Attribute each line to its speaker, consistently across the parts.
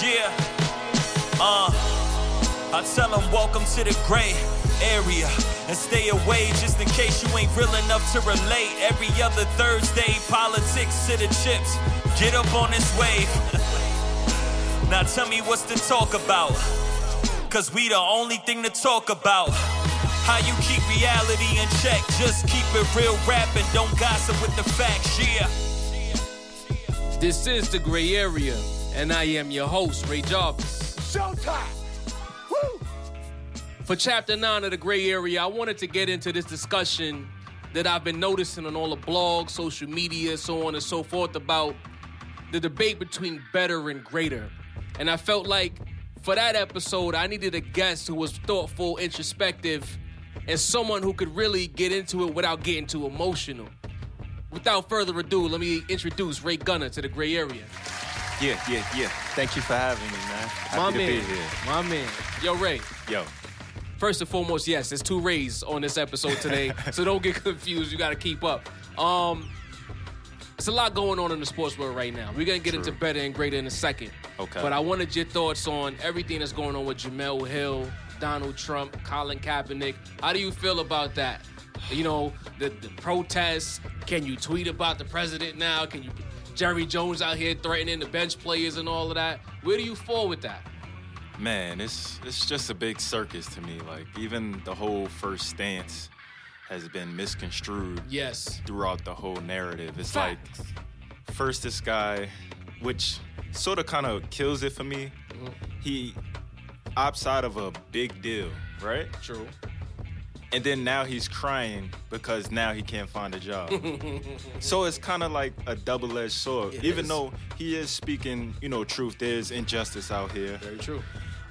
Speaker 1: Yeah. Uh, I tell them welcome to the gray area and stay away just in case you ain't real enough to relate. Every other Thursday, politics to the chips. Get up on this wave. now tell me what's to talk about. Cause we the only thing to talk about. How you keep reality in check. Just keep it real rap and don't gossip with the facts. Yeah.
Speaker 2: This is The Gray Area, and I am your host, Ray Jarvis. For chapter nine of The Gray Area, I wanted to get into this discussion that I've been noticing on all the blogs, social media, so on and so forth about the debate between better and greater. And I felt like for that episode, I needed a guest who was thoughtful, introspective, and someone who could really get into it without getting too emotional. Without further ado, let me introduce Ray Gunner to the gray area.
Speaker 3: Yeah, yeah, yeah. Thank you for having me, man. Happy
Speaker 2: My
Speaker 3: to
Speaker 2: man,
Speaker 3: be here.
Speaker 2: my man. Yo, Ray.
Speaker 3: Yo,
Speaker 2: First and foremost, yes, there's two Rays on this episode today, so don't get confused. You got to keep up. Um, it's a lot going on in the sports world right now. We're gonna get into better and greater in a second.
Speaker 3: Okay.
Speaker 2: But I wanted your thoughts on everything that's going on with Jamel Hill, Donald Trump, Colin Kaepernick. How do you feel about that? You know, the, the protests. Can you tweet about the president now? Can you? Jerry Jones out here threatening the bench players and all of that. Where do you fall with that?
Speaker 3: man, it's it's just a big circus to me. Like even the whole first stance has been misconstrued
Speaker 2: Yes.
Speaker 3: throughout the whole narrative. It's
Speaker 2: Facts.
Speaker 3: like first this guy, which sort of kind of kills it for me.
Speaker 2: Mm-hmm.
Speaker 3: He opts out of a big deal, right?
Speaker 2: True.
Speaker 3: And then now he's crying because now he can't find a job. so it's kind of like a double-edged sword.
Speaker 2: It
Speaker 3: Even
Speaker 2: is.
Speaker 3: though he is speaking, you know, truth, there's injustice out here.
Speaker 2: Very true.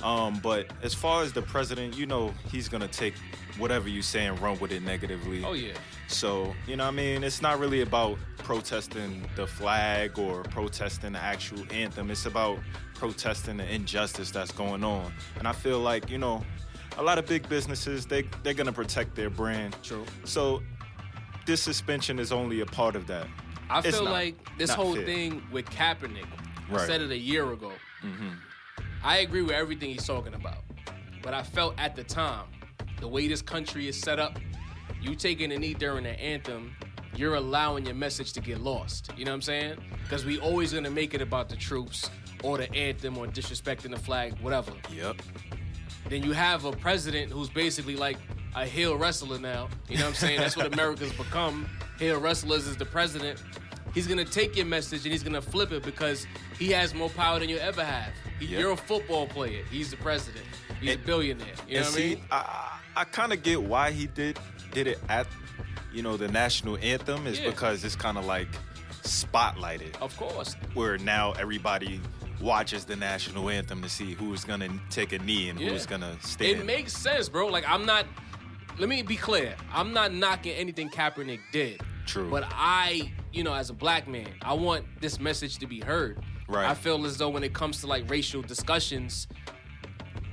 Speaker 3: Um, but as far as the president, you know, he's gonna take whatever you say and run with it negatively.
Speaker 2: Oh yeah.
Speaker 3: So, you know what I mean? It's not really about protesting the flag or protesting the actual anthem. It's about protesting the injustice that's going on. And I feel like, you know, a lot of big businesses, they they're gonna protect their brand.
Speaker 2: True.
Speaker 3: So this suspension is only a part of that.
Speaker 2: I
Speaker 3: It's
Speaker 2: feel
Speaker 3: not-
Speaker 2: like this
Speaker 3: not
Speaker 2: whole
Speaker 3: fair.
Speaker 2: thing with Kaepernick, I
Speaker 3: Right. Mm-hmm.
Speaker 2: said it a year ago. I agree with everything he's talking about, but I felt at the time, the way this country is set up, you taking a knee during the anthem, you're allowing your message to get lost. You know what I'm saying? Because we always gonna make it about the troops or the anthem or disrespecting the flag, whatever
Speaker 3: Yep.
Speaker 2: then you have a president who's basically like a heel wrestler now. You know what I'm saying? That's what America's become. Heel wrestlers is the president. He's gonna take your message and he's gonna flip it because he has more power than you ever have. He-
Speaker 3: Yep.
Speaker 2: You're a football player. He's the president. He's a
Speaker 3: And-
Speaker 2: billionaire. You know
Speaker 3: and
Speaker 2: what I
Speaker 3: see,
Speaker 2: mean?
Speaker 3: I, I, I kind of get why he did did it at, you know, the national anthem is
Speaker 2: Yeah. Oh.
Speaker 3: because it's kind of like spotlighted,
Speaker 2: Of course.
Speaker 3: where now everybody watches the national anthem to see who's gonna take a knee and
Speaker 2: Yeah.
Speaker 3: who's gonna stand.
Speaker 2: It makes sense, bro. Like I'm not. Let me be clear. I'm not knocking anything Kaepernick did.
Speaker 3: True.
Speaker 2: But I, you know, as a black man, I want this message to be heard.
Speaker 3: Right.
Speaker 2: I feel as though when it comes to like racial discussions,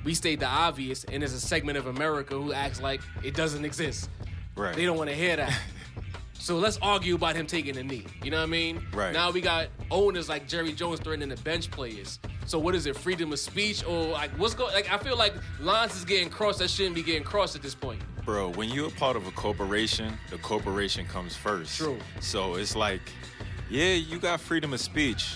Speaker 2: we state the obvious, and there's a segment of America who acts like it doesn't exist.
Speaker 3: Right.
Speaker 2: They don't want to hear that. so let's argue about him taking a knee. You know what I mean?
Speaker 3: Right.
Speaker 2: Now we got owners like Jerry Jones threatening the bench players. So what is it? Freedom of speech or like what's going? Like I feel like lines is getting crossed that shouldn't be getting crossed at this point.
Speaker 3: Bro, when you're a part of a corporation, the corporation comes first.
Speaker 2: True.
Speaker 3: So it's like, yeah, you got freedom of speech,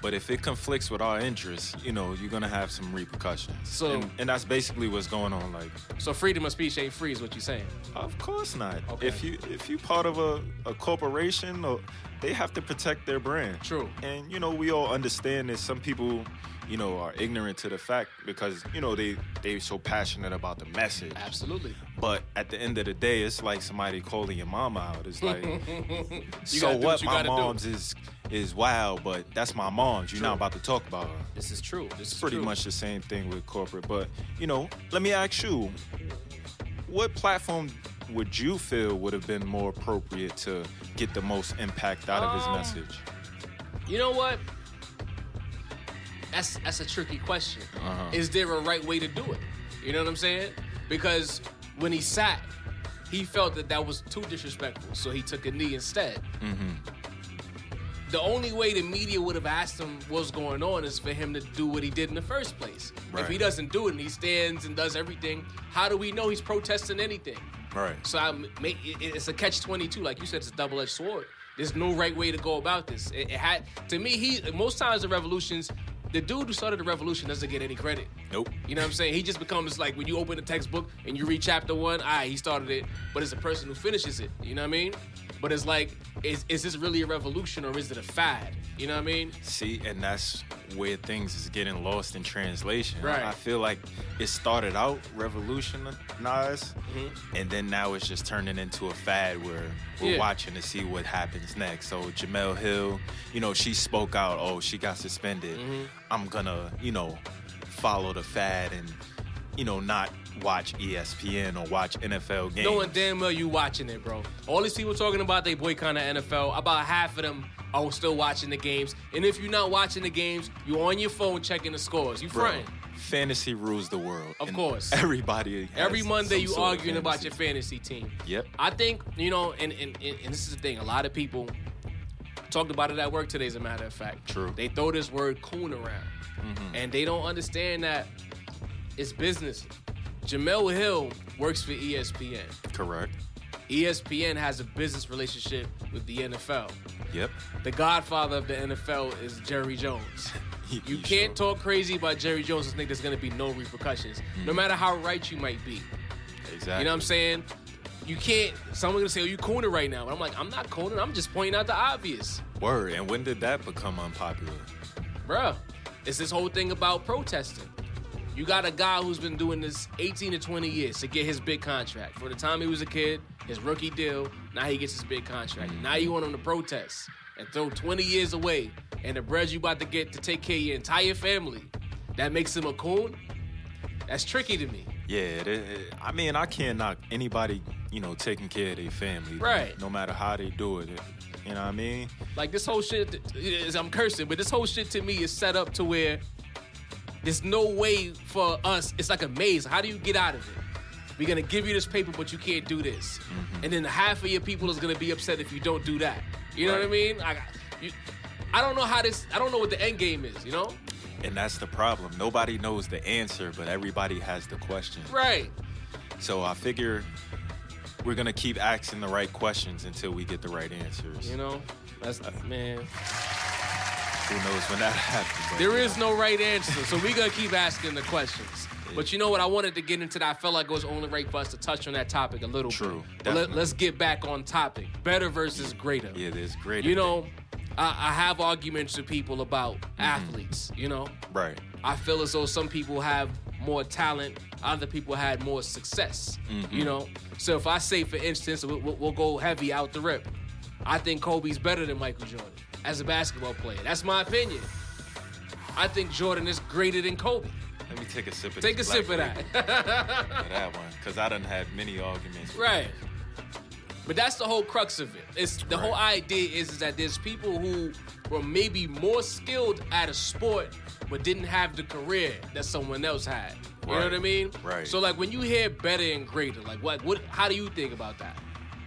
Speaker 3: but if it conflicts with our interests, you know, you're gonna have some repercussions.
Speaker 2: So-
Speaker 3: and, and that's basically what's going on. Like,
Speaker 2: So freedom of speech ain't free is what you're saying.
Speaker 3: Of course not.
Speaker 2: Okay.
Speaker 3: If you if you part of a, a corporation, or they have to protect their brand.
Speaker 2: True.
Speaker 3: And you know we all understand that some people, you you know, are ignorant to the fact because, you know, they they so passionate about the message.
Speaker 2: Absolutely.
Speaker 3: But at the end of the day, it's like somebody calling your mama out. It's like, so
Speaker 2: gotta do
Speaker 3: what?
Speaker 2: what you
Speaker 3: my
Speaker 2: gotta do.
Speaker 3: mom's is is wild, but that's my mom's. You're not about to talk about her.
Speaker 2: This is true. This is
Speaker 3: Pretty
Speaker 2: true.
Speaker 3: much the same thing with corporate. But you know, let me ask you, what platform would you feel would have been more appropriate to get the most impact out of his
Speaker 2: Um,
Speaker 3: message?
Speaker 2: You know what? That's that's a tricky question.
Speaker 3: Uh-huh.
Speaker 2: Is there a right way to do it? You know what I'm saying? Because when he sat, he felt that that was too disrespectful, so he took a knee instead.
Speaker 3: Mm-hmm.
Speaker 2: The only way the media would have asked him what's going on is for him to do what he did in the first place. If he
Speaker 3: Right.
Speaker 2: doesn't do it and he stands and does everything, how do we know he's protesting anything?
Speaker 3: Right.
Speaker 2: So I make it's a catch twenty two, like you said, it's a double edged sword. There's no right way to go about this. It, it had to me. He most times the revolutions, the dude who started the revolution doesn't get any credit.
Speaker 3: Nope.
Speaker 2: You know what I'm saying? He just becomes like when you open a textbook and you read chapter one. Ah, he started it, but it's the person who finishes it. You know what I mean? But it's like, is is this really a revolution or is it a fad? You know what I mean?
Speaker 3: See, and that's where things is getting lost in translation. Like,
Speaker 2: Right.
Speaker 3: I feel like it started out revolutionized, and then now it's just turning into a fad where we're
Speaker 2: Mm-hmm. Yeah.
Speaker 3: watching to see what happens next. So Jamel Hill, you know, she spoke out. Oh, she got suspended.
Speaker 2: Mm-hmm.
Speaker 3: I'm gonna, you know, follow the fad and, you know, not watch E ESPN or watch NFL games.
Speaker 2: Knowing damn well you watching it, bro. All these people talking about they boycotting the NFL. About half of them are still watching the games. And if you're not watching the games, you're on your phone checking the scores. You
Speaker 3: Bro,
Speaker 2: fronting.
Speaker 3: Fantasy rules the world.
Speaker 2: Of
Speaker 3: and
Speaker 2: course.
Speaker 3: Everybody. has
Speaker 2: Every Monday
Speaker 3: some
Speaker 2: you
Speaker 3: sort of
Speaker 2: arguing about
Speaker 3: fantasy.
Speaker 2: your fantasy team.
Speaker 3: Yep.
Speaker 2: I think, you know, and, and, and, and this is the thing, a lot of people talked about it at work today, as a matter of fact.
Speaker 3: True. Mm-hmm.
Speaker 2: They throw this word coon around. And they don't understand that it's business. Jamel Hill works for E ESPN.
Speaker 3: Correct.
Speaker 2: E ESPN has a business relationship with the NFL.
Speaker 3: Yep.
Speaker 2: The godfather of the NFL is Jerry Jones.
Speaker 3: He-
Speaker 2: You
Speaker 3: he
Speaker 2: can't
Speaker 3: sure-
Speaker 2: talk crazy about Jerry Jones and think there's going to be no repercussions,
Speaker 3: Hmm.
Speaker 2: no matter how right you might be.
Speaker 3: Exactly.
Speaker 2: You know what I'm saying? You can't. Someone's gonna say, "Oh, you corner right now," and I'm like, "I'm not cornering. I'm just pointing out the obvious,
Speaker 3: Word. And when did that become unpopular?
Speaker 2: bruh." It's this whole thing about protesting. You got a guy who's been doing this 18 to 20 years to get his big contract. For the time he was a kid, his rookie deal. Now he gets his big contract. Now you want him to protest and throw 20 years away and the bread you about to get to take care of your entire family. That makes him a coon. That's tricky to me.
Speaker 3: Yeah. It, it- I mean, I can't knock anybody, you know, taking care of their family.
Speaker 2: Right.
Speaker 3: No matter how they do it. You know what I mean?
Speaker 2: Like this whole shit is I'm cursing, but this whole shit to me is set up to where there's no way for us. It's like a maze. How do you get out of it? We're gonna give you this paper, but you can't do this. And then half of your people is gonna be upset if you don't do that. You know what I
Speaker 3: Right.
Speaker 2: mean? I, you, I don't know how this. I don't know what the end game is. You know?
Speaker 3: And that's the problem. Nobody knows the answer, but everybody has the question.
Speaker 2: Right.
Speaker 3: So I figure we're gonna keep asking the right questions until we get the right answers.
Speaker 2: You know? That's man.
Speaker 3: Who knows when that happens? but,
Speaker 2: There
Speaker 3: you
Speaker 2: is
Speaker 3: know.
Speaker 2: no right answer, so we're gonna keep asking the questions. But you know what? I wanted to get into that. I felt like it was only right for us to touch on that topic a little
Speaker 3: True,
Speaker 2: bit. But let,
Speaker 3: definitely.
Speaker 2: let's get back on topic. Better versus greater.
Speaker 3: Yeah, there's great.
Speaker 2: You know, I, I have arguments with people about athletes. You know,
Speaker 3: Right.
Speaker 2: I feel as though some people have more talent, other people had more success. You know, so if I say, for instance, we'll, we'll go heavy out the rip. I think Kobe's better than Michael Jordan as a basketball player. That's my opinion. I think Jordan is greater than Kobe.
Speaker 3: Let me take a sip of
Speaker 2: Take a
Speaker 3: this
Speaker 2: sip of
Speaker 3: Black
Speaker 2: that.
Speaker 3: Label, that one, because I done had many arguments. with
Speaker 2: Right. But that's the whole crux of it. It's the whole
Speaker 3: Right.
Speaker 2: idea is, is that there's people who were maybe more skilled at a sport but didn't have the career that someone else had. You know
Speaker 3: Right.
Speaker 2: what I mean?
Speaker 3: Right.
Speaker 2: So like when you hear better and greater, like what what how do you think about that?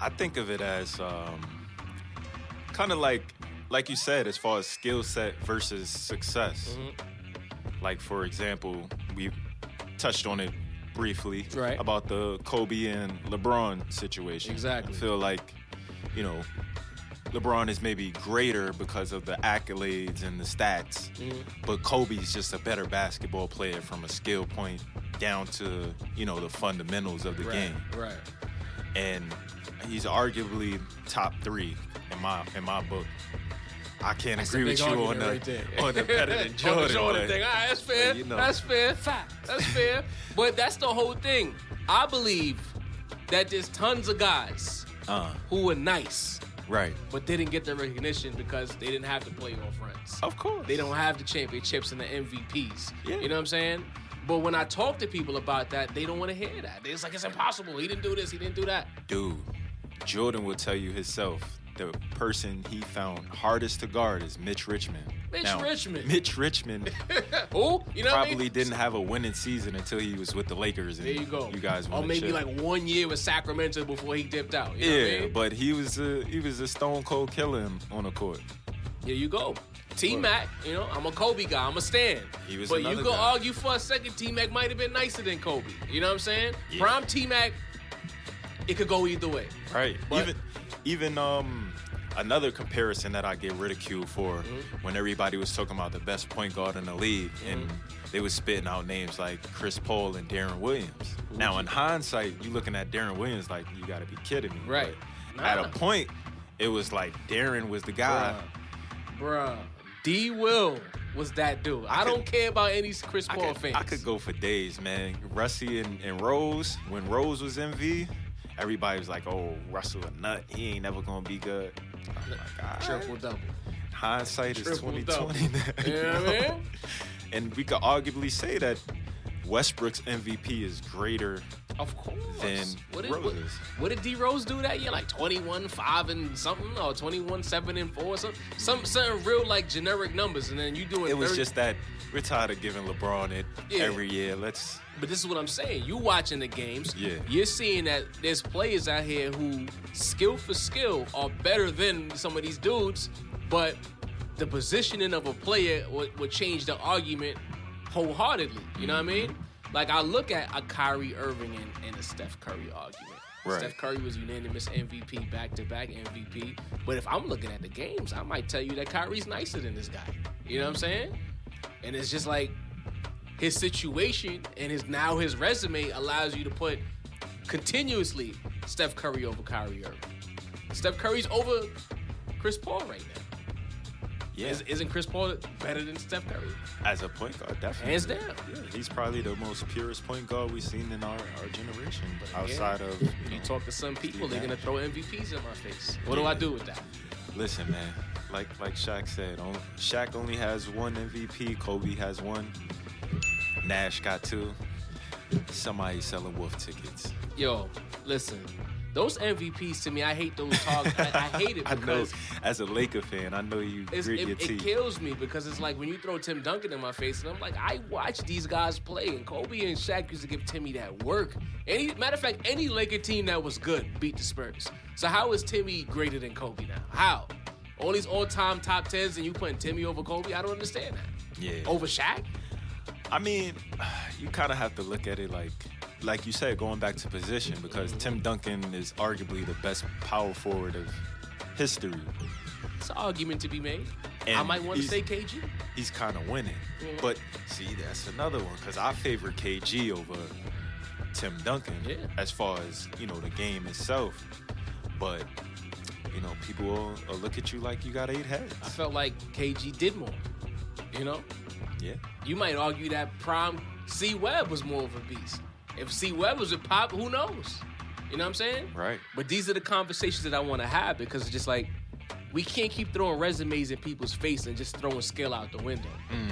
Speaker 3: I think of it as um, kind of like, like you said, as far as skill set versus success.
Speaker 2: Mm-hmm.
Speaker 3: Like for example, we touched on it briefly
Speaker 2: Right.
Speaker 3: about the Kobe and LeBron situation.
Speaker 2: Exactly.
Speaker 3: I feel like, you know, LeBron is maybe greater because of the accolades and the stats,
Speaker 2: Mm-hmm.
Speaker 3: but Kobe's just a better basketball player from a skill point down to you know the fundamentals of the game
Speaker 2: Right.
Speaker 3: and he's arguably top three in my in my book. I can't
Speaker 2: That's a
Speaker 3: agree
Speaker 2: big
Speaker 3: with you
Speaker 2: argument
Speaker 3: on the,
Speaker 2: right there.
Speaker 3: on the better than Jordan.
Speaker 2: on the Jordan
Speaker 3: but-
Speaker 2: thing. All right, that's fair.
Speaker 3: you know.
Speaker 2: That's fair. Fact. That's fair. But that's the whole thing. I believe that there's tons of guys
Speaker 3: Uh,
Speaker 2: who are nice,
Speaker 3: right.
Speaker 2: but they didn't get the recognition because they didn't have the playoff runs.
Speaker 3: Of course.
Speaker 2: They don't have the championships and the MVPs.
Speaker 3: Yeah.
Speaker 2: You know what I'm saying? But when I talk to people about that, they don't want to hear that. It's like it's impossible. He didn't do this. He didn't do that.
Speaker 3: Dude, Jordan will tell you himself the person he found hardest to guard is Mitch Richmond.
Speaker 2: Mitch Richmond.
Speaker 3: Mitch Richmond
Speaker 2: Who? You know what I
Speaker 3: probably
Speaker 2: mean?
Speaker 3: didn't have a winning season until he was with the Lakers. And
Speaker 2: There you go.
Speaker 3: You guys
Speaker 2: Or
Speaker 3: won the
Speaker 2: maybe
Speaker 3: chip.
Speaker 2: like one year with Sacramento before he dipped out. You know what I
Speaker 3: yeah,
Speaker 2: mean?
Speaker 3: but he was a he was a stone cold killer in- on the court.
Speaker 2: Here you go. T Mac, you know, I'm a Kobe guy. I'm a Stan.
Speaker 3: He was
Speaker 2: but you
Speaker 3: another
Speaker 2: could
Speaker 3: guy.
Speaker 2: argue for a second, T Mac might have been nicer than Kobe. You know what I'm saying? Prime T Mac, it could go either way.
Speaker 3: Right.
Speaker 2: But-
Speaker 3: even even um another comparison that I get ridiculed for
Speaker 2: Mm-hmm.
Speaker 3: when everybody was talking about the best point guard in the league and they was spitting out names like Chris Paul and Darren Williams. Now in hindsight, you looking at Darren Williams like you got to be kidding me.
Speaker 2: Right.
Speaker 3: But At
Speaker 2: Nah.
Speaker 3: a point, it was like Darren was the guy.
Speaker 2: Bruh. D Will was that dude. I, don't
Speaker 3: could-
Speaker 2: care about any Chris
Speaker 3: I
Speaker 2: Paul
Speaker 3: could,
Speaker 2: fans.
Speaker 3: I could go for days, man. Russie and, and Rose, when Rose was MV, everybody was like, oh, Russell a nut. He ain't never going to be good. Oh, my God.
Speaker 2: triple double.
Speaker 3: Hindsight is
Speaker 2: Triple
Speaker 3: twenty
Speaker 2: double.
Speaker 3: twenty.
Speaker 2: You know what I mean?
Speaker 3: And we could arguably say that Westbrook's MVP is greater.
Speaker 2: Of course.
Speaker 3: Than
Speaker 2: what did, what,
Speaker 3: Rose.
Speaker 2: what did D Rose do that year? Like 21, 5 and something, or 21, 7 and 4, something, some, something real like generic numbers, and then you doing
Speaker 3: It was
Speaker 2: 30
Speaker 3: just that we're tired of giving LeBron it
Speaker 2: Yeah.
Speaker 3: every year. Let's
Speaker 2: But this is what I'm saying. You watching the games.
Speaker 3: Yeah.
Speaker 2: You're seeing that there's players out here who, skill for skill, are better than some of these dudes, but the positioning of a player would, would change the argument wholeheartedly. You know what I mean? Like I look at a Kyrie Irving and, and a Steph Curry argument.
Speaker 3: Right.
Speaker 2: Steph Curry was unanimous MVP, back to back MVP. But if I'm looking at the games, I might tell you that Kyrie's nicer than this guy. You know what I'm saying? And it's just like his situation and his now his resume allows you to put continuously Steph Curry over Kyrie Irving. Steph Curry's over Chris Paul right now.
Speaker 3: yeah.
Speaker 2: Is, isn't Chris Paul better than Steph Curry?
Speaker 3: As a point guard, definitely.
Speaker 2: Hands down.
Speaker 3: Yeah, he's probably the most purest point guard we've seen in our, our generation. But outside of
Speaker 2: When
Speaker 3: you
Speaker 2: you
Speaker 3: know,
Speaker 2: talk to some people, they're gonna throw MVPs in my face. What do
Speaker 3: Yeah.
Speaker 2: I do with that?
Speaker 3: Listen, man. Like like Shaq said, on, Shaq only has one MVP. Kobe has one. Nash got two. Somebody selling wolf tickets.
Speaker 2: Yo, listen, those MVPs to me, I hate those targets. I, I hate it
Speaker 3: I know.
Speaker 2: because
Speaker 3: As a Laker fan, I know you
Speaker 2: It's,
Speaker 3: grit
Speaker 2: it,
Speaker 3: your
Speaker 2: it
Speaker 3: teeth.
Speaker 2: kills me because it's like when you throw Tim Duncan in my face, and I'm like, I watch these guys play, and Kobe and Shaq used to give Timmy that work. Any matter of fact, any Laker team that was good beat the Spurs. So how is Timmy greater than Kobe now? How? All these all-time top tens, and you putting Timmy over Kobe? I don't understand that.
Speaker 3: Yeah.
Speaker 2: Over Shaq?
Speaker 3: I mean, you kind of have to look at it like, like you said, going back to position because Tim Duncan is arguably the best power forward of history.
Speaker 2: It's an argument to be made. I
Speaker 3: And
Speaker 2: might want to
Speaker 3: he's-
Speaker 2: say KG.
Speaker 3: He's kind of winning, but see, that's another one because I favor KG over Tim Duncan
Speaker 2: Yeah.
Speaker 3: as far as you know the game itself. But you know, people will, will look at you like you got eight heads.
Speaker 2: I felt like KG did more. You know,
Speaker 3: Yeah.
Speaker 2: You might argue that prime C Web was more of a beast. If C Web was a pop, who knows? You know what I'm saying?
Speaker 3: Right.
Speaker 2: But these are the conversations that I want to have because it's just like we can't keep throwing resumes in people's face and just throwing skill out the window.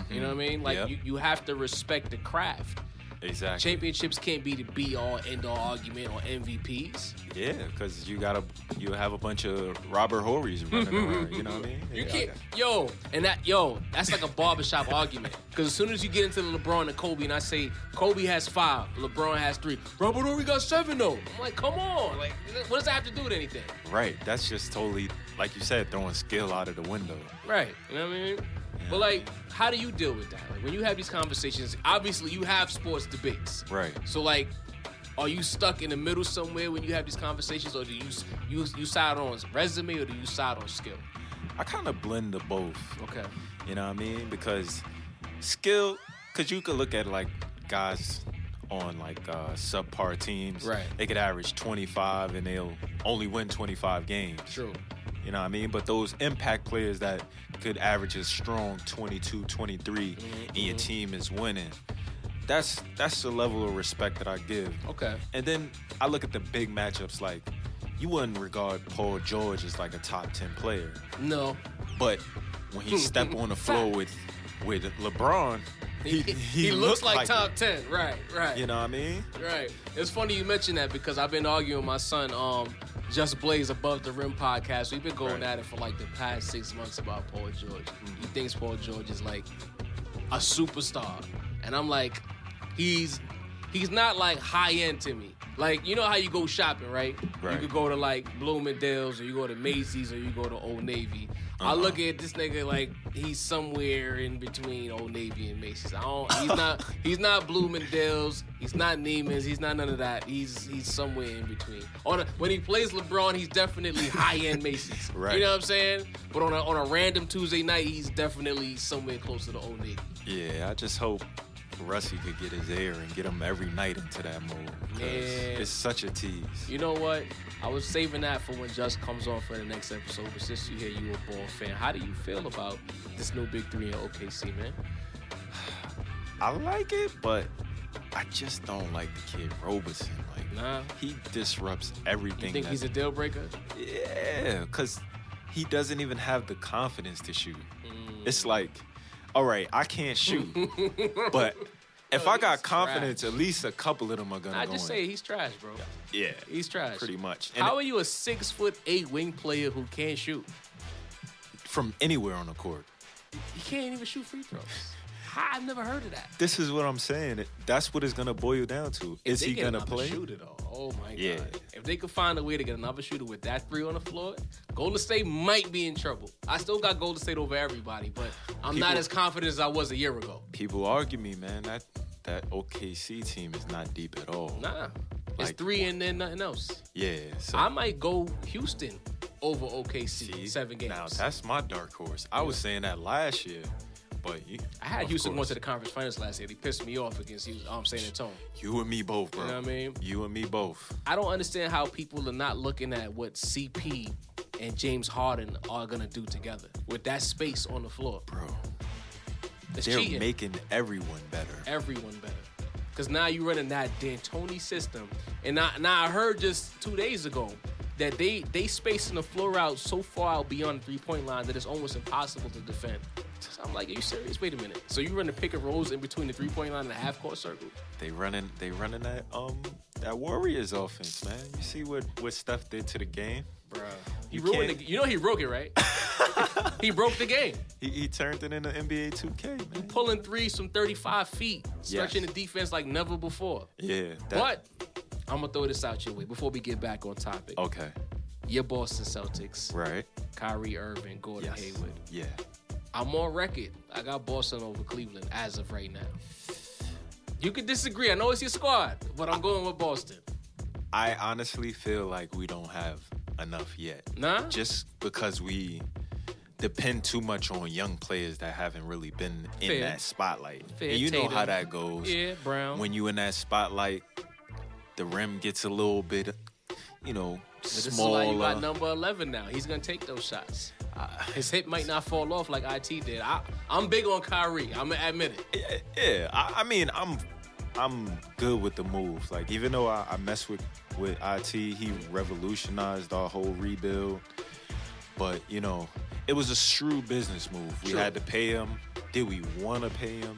Speaker 2: You know what I mean? Like
Speaker 3: Mm-hmm. Yep.
Speaker 2: you, you have to respect the craft.
Speaker 3: Exactly.
Speaker 2: Championships can't be the be all end all argument or MVPs.
Speaker 3: Yeah, because you gotta you have a bunch of Robert Horries running around. You know what I mean?
Speaker 2: You
Speaker 3: Yeah,
Speaker 2: can't,
Speaker 3: okay.
Speaker 2: yo, and that, yo, that's like a barbershop argument. Because as soon as you get into the LeBron and Kobe, and I say Kobe has five, LeBron has three, Robert Ory got seven though. I'm like, come on, like, what does that have to do with anything?
Speaker 3: Right. That's just totally like you said, throwing skill out of the window.
Speaker 2: Right. You know what I mean? But like, how do you deal with that? Like, when you have these conversations, obviously you have sports debates.
Speaker 3: Right.
Speaker 2: So like, are you stuck in the middle somewhere when you have these conversations, or do you you you side on resume or do you side on skill?
Speaker 3: I kind of blend the both.
Speaker 2: Okay.
Speaker 3: You know what I mean? Because skill, because you could look at like guys on like uh, subpar teams.
Speaker 2: Right.
Speaker 3: They could average 25 and they'll only win 25 games.
Speaker 2: True.
Speaker 3: You know what I mean? But those impact players that could average a strong 22, 23, and
Speaker 2: Mm-hmm.
Speaker 3: your team is winning. That's that's the level of respect that I give.
Speaker 2: Okay.
Speaker 3: And then I look at the big matchups like you wouldn't regard Paul George as like a top 10 player.
Speaker 2: No.
Speaker 3: But when he step on the floor with with LeBron, he, he,
Speaker 2: looks, like,
Speaker 3: top.
Speaker 2: top ten. Right, right.
Speaker 3: You know what I mean?
Speaker 2: Right. It's funny you mentioned that because I've been arguing with my son, um, Just Blaze Above the Rim podcast. We've been going
Speaker 3: Right. Mm-hmm.
Speaker 2: at it for like the past six months about Paul George. He thinks Paul George is like a superstar. And I'm like, he's he's not like high end to me. Like, you know how you go shopping, right? You
Speaker 3: Right.
Speaker 2: could go to like Bloomingdale's or you go to Macy's or you go to Old Navy.
Speaker 3: Uh-huh.
Speaker 2: I look at this nigga like he's somewhere in between Old Navy and Macy's. I don't he's not he's not Bloomingdale's, he's not Neiman's, he's not none of that. He's he's somewhere in between. On a, when he plays LeBron, he's definitely high end Macy's.
Speaker 3: Right.
Speaker 2: You know what I'm saying? But on a on a random Tuesday night, he's definitely somewhere close to the Old Navy.
Speaker 3: Yeah, I just hope Russie could get his air and get him every night into that mode. 'cause
Speaker 2: Yeah.
Speaker 3: It's such a tease.
Speaker 2: You know what? I was saving that for when Just comes on for the next episode. But since you hear you a ball fan, how do you feel about this new big three in OKC, man?
Speaker 3: I like it, but I just don't like the kid Roberson. Like,
Speaker 2: Nah.
Speaker 3: he disrupts
Speaker 2: You
Speaker 3: everything.
Speaker 2: think he's a deal breaker?
Speaker 3: Yeah, because he doesn't even have the confidence to shoot.
Speaker 2: Mm.
Speaker 3: It's like, all right, I can't shoot, but if I got confidence, at least a couple of them are gonna
Speaker 2: Oh, I
Speaker 3: go
Speaker 2: just
Speaker 3: in.
Speaker 2: say he's trash, bro.
Speaker 3: yeah,
Speaker 2: He's trash.
Speaker 3: pretty much. And
Speaker 2: How are you a six foot eight wing player who can't shoot?
Speaker 3: from anywhere on the court.
Speaker 2: He can't even shoot free throws. How- I've never heard of that.
Speaker 3: This is what I'm saying. That's what it's gonna boil down to. Is
Speaker 2: They
Speaker 3: he
Speaker 2: get
Speaker 3: gonna
Speaker 2: another
Speaker 3: play?
Speaker 2: Shooter though. Oh my
Speaker 3: Yeah.
Speaker 2: god! If they could find a way to get another shooter with that three on the floor, Golden State might be in trouble. I still got Golden State over everybody, but I'm not
Speaker 3: People-
Speaker 2: as confident as I was a year ago.
Speaker 3: People argue me, man. That that OKC team is not deep at all.
Speaker 2: Nah, it's
Speaker 3: Like-
Speaker 2: three and then nothing else.
Speaker 3: Yeah, so
Speaker 2: I might go Houston over OKC
Speaker 3: see,
Speaker 2: seven games.
Speaker 3: Now that's my dark horse. I was saying that last year, but you,
Speaker 2: I had
Speaker 3: of
Speaker 2: Houston going
Speaker 3: course.
Speaker 2: to the conference finals last year. They pissed me off against Houston, um, San Antonio.
Speaker 3: You and me both, bro.
Speaker 2: You know what I mean?
Speaker 3: You and me both.
Speaker 2: I don't understand how people are not looking at what CP and James Harden are gonna do together with that space on the floor.
Speaker 3: Bro,
Speaker 2: It's
Speaker 3: they're
Speaker 2: cheating.
Speaker 3: making everyone better.
Speaker 2: everyone better. Cause now you're running that D'Antoni system, and I, now I heard just two days ago that they they spacing the floor out so far out beyond the three point line that it's almost impossible to defend. So I'm like, are you serious? Wait a minute. So you run the pick and rolls in between the three point line and the half court circle?
Speaker 3: They running they running that um that Warriors offense, man. You see what what Steph did to the game?
Speaker 2: Bruh. He
Speaker 3: You
Speaker 2: ruined
Speaker 3: can't-
Speaker 2: the, You know he broke it, right? he broke the game.
Speaker 3: He, he turned it into NBA 2K, man.
Speaker 2: Pulling threes from 35 feet, stretching the defense like never before.
Speaker 3: Yeah. that-
Speaker 2: But I'm gonna throw this out your way before we get back on topic.
Speaker 3: Okay.
Speaker 2: Your Boston Celtics,
Speaker 3: Right.
Speaker 2: Kyrie Irving, Gordon
Speaker 3: Yes.
Speaker 2: Hayward.
Speaker 3: Yeah.
Speaker 2: I'm on record. I got Boston over Cleveland as of right now. You could disagree. I know it's your squad, but I'm going with Boston.
Speaker 3: I honestly feel like we don't have enough yet.
Speaker 2: Nah?
Speaker 3: Just because we depend too much on young players that haven't really been in
Speaker 2: Fair.
Speaker 3: that spotlight.
Speaker 2: Fair,
Speaker 3: and you know
Speaker 2: Tatum.
Speaker 3: how that goes.
Speaker 2: Yeah, Brown.
Speaker 3: when you in that spotlight, the rim gets a little bit, you know,
Speaker 2: But this is why you got
Speaker 3: smaller. Uh,
Speaker 2: number 11 now. He's going to take those shots. His hip might not fall off like IT did. I, I'm big on Kyrie. I'm going to admit it.
Speaker 3: Yeah, I, I mean, I'm, I'm good with the move. Like even though I, I mess with with it, he revolutionized our whole rebuild. But you know, it was a shrewd business move. We
Speaker 2: Sure.
Speaker 3: had to pay him. Did we want to pay him?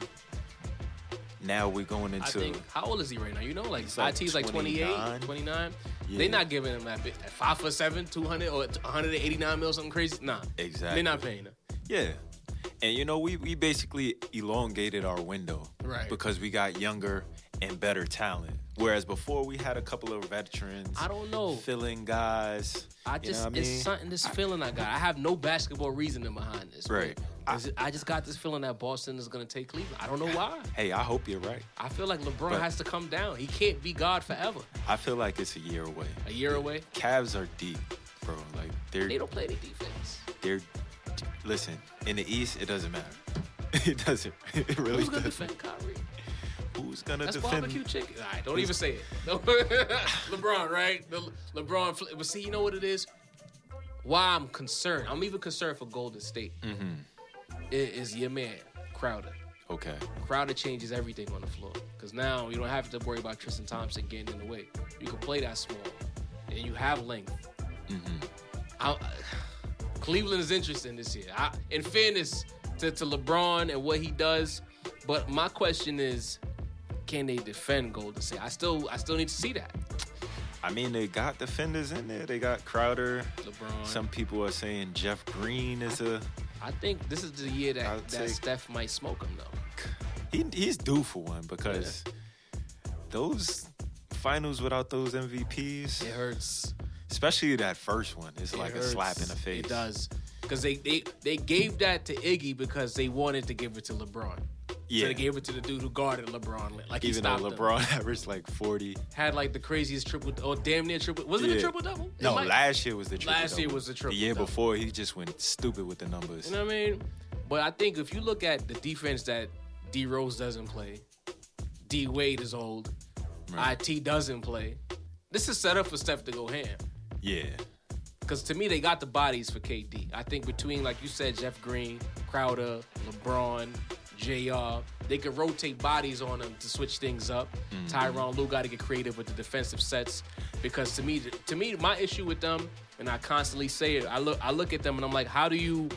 Speaker 3: Now we're going
Speaker 2: I
Speaker 3: into
Speaker 2: think, how old is he right now? You know, like,
Speaker 3: He's like
Speaker 2: IT's like 28,
Speaker 3: 29.
Speaker 2: 29.
Speaker 3: Yeah.
Speaker 2: They're not giving him that big. At 5 for 7, 200 or 189 mil, something crazy. Nah.
Speaker 3: Exactly.
Speaker 2: They're not paying him.
Speaker 3: Yeah. And you know, we we basically elongated our window.
Speaker 2: Right.
Speaker 3: Because we got younger and better talent. Whereas before we had a couple of veterans.
Speaker 2: I don't know.
Speaker 3: Filling guys.
Speaker 2: I
Speaker 3: you know
Speaker 2: just
Speaker 3: what I mean?
Speaker 2: it's something this feeling I got. I have no basketball reasoning behind this. but
Speaker 3: Right.
Speaker 2: it's- I, just got this feeling that Boston is gonna take Cleveland. I don't know why.
Speaker 3: Hey, I hope you're right.
Speaker 2: I feel like LeBron
Speaker 3: But-
Speaker 2: has to come down. He can't be God forever.
Speaker 3: I feel like it's a year away.
Speaker 2: A year away,
Speaker 3: Cavs are deep, bro. Like they're
Speaker 2: they don't play any defense.
Speaker 3: they're listen, in the East it doesn't matter. It doesn't. It really
Speaker 2: Who's gonna
Speaker 3: doesn't.
Speaker 2: defend Kyrie?
Speaker 3: Who's gonna
Speaker 2: That's
Speaker 3: defend
Speaker 2: barbecue chicken. All right, don't even say it. No. LeBron, right? The Le- LeBron. Fl- but see, you know what it is. why I'm concerned. I'm even concerned for Golden State.
Speaker 3: Mm-hmm.
Speaker 2: i- Is your man Crowder?
Speaker 3: Okay.
Speaker 2: Crowder changes everything on the floor because now you don't have to worry about Tristan Thompson getting in the way. You can play that small, and you have length.
Speaker 3: Mm-hmm.
Speaker 2: I- I- Cleveland is interesting this year. I, in fairness to, to LeBron and what he does, but my question is, can they defend Golden State? I still I still need to see that.
Speaker 3: I mean, they got defenders in there. They got Crowder.
Speaker 2: LeBron.
Speaker 3: Some people are saying Jeff Green is a.
Speaker 2: I think this is the year
Speaker 3: I'll
Speaker 2: that, that
Speaker 3: take-
Speaker 2: Steph might smoke him though.
Speaker 3: He, he's due for one because those finals without those MVPs,
Speaker 2: It hurts.
Speaker 3: especially that first one, is
Speaker 2: It
Speaker 3: like
Speaker 2: hurts.
Speaker 3: a slap in the face.
Speaker 2: It does. Because they, they they gave that to Iggy because they wanted to give it to LeBron. So
Speaker 3: Yeah.
Speaker 2: they gave it to the dude who guarded LeBron. Like he
Speaker 3: Even though
Speaker 2: stopped him.
Speaker 3: LeBron averaged like 40.
Speaker 2: had like the craziest triple or damn near triple. Was it a
Speaker 3: Yeah.
Speaker 2: triple double?
Speaker 3: No, last year was the triple.
Speaker 2: Last year
Speaker 3: double.
Speaker 2: was the triple
Speaker 3: The year
Speaker 2: double.
Speaker 3: before, he just went stupid with the numbers.
Speaker 2: You know what I mean? But I think if you look at the defense that D Rose doesn't play, D Wade is old, IT doesn't play. This is set up for Steph to go ham.
Speaker 3: yeah.
Speaker 2: Because to me, they got the bodies for KD. I think between, like you said, Jeff Green, Crowder, LeBron, JR, they could rotate bodies on them to switch things up. Tyron Lue got to get creative with the defensive sets. Because to me, to me, my issue with them, and I constantly say it, I look, I look at them and I'm like, how do you?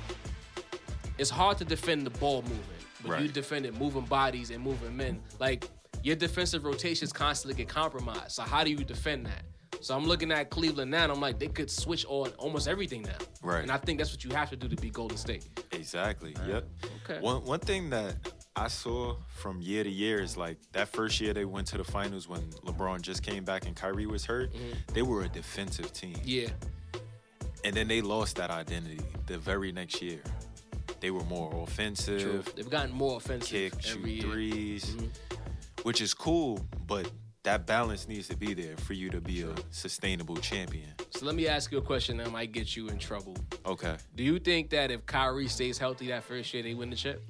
Speaker 2: It's hard to defend the ball moving, but you
Speaker 3: Right.
Speaker 2: defend it moving bodies and moving men. Like your defensive rotations constantly get compromised. So how do you defend that? So I'm looking at Cleveland now, and I'm like, they could switch on almost everything now.
Speaker 3: Right.
Speaker 2: And I think that's what you have to do to beat Golden State.
Speaker 3: Exactly. Yep.
Speaker 2: Okay.
Speaker 3: One one thing that I saw from year to year is like that first year they went to the finals when LeBron just came back and Kyrie was hurt. They were a defensive team,
Speaker 2: Mm-hmm. Yeah.
Speaker 3: and then they lost that identity the very next year. They were more offensive,
Speaker 2: True. They've gotten more offensive
Speaker 3: kick, shoot
Speaker 2: every year. Mm-hmm.
Speaker 3: 3s which is cool, but that balance needs to be there for you to be a sustainable champion.
Speaker 2: So let me ask you a question that might get you in trouble.
Speaker 3: Okay,
Speaker 2: Do you think that if Kyrie stays healthy that first year, they win the chip?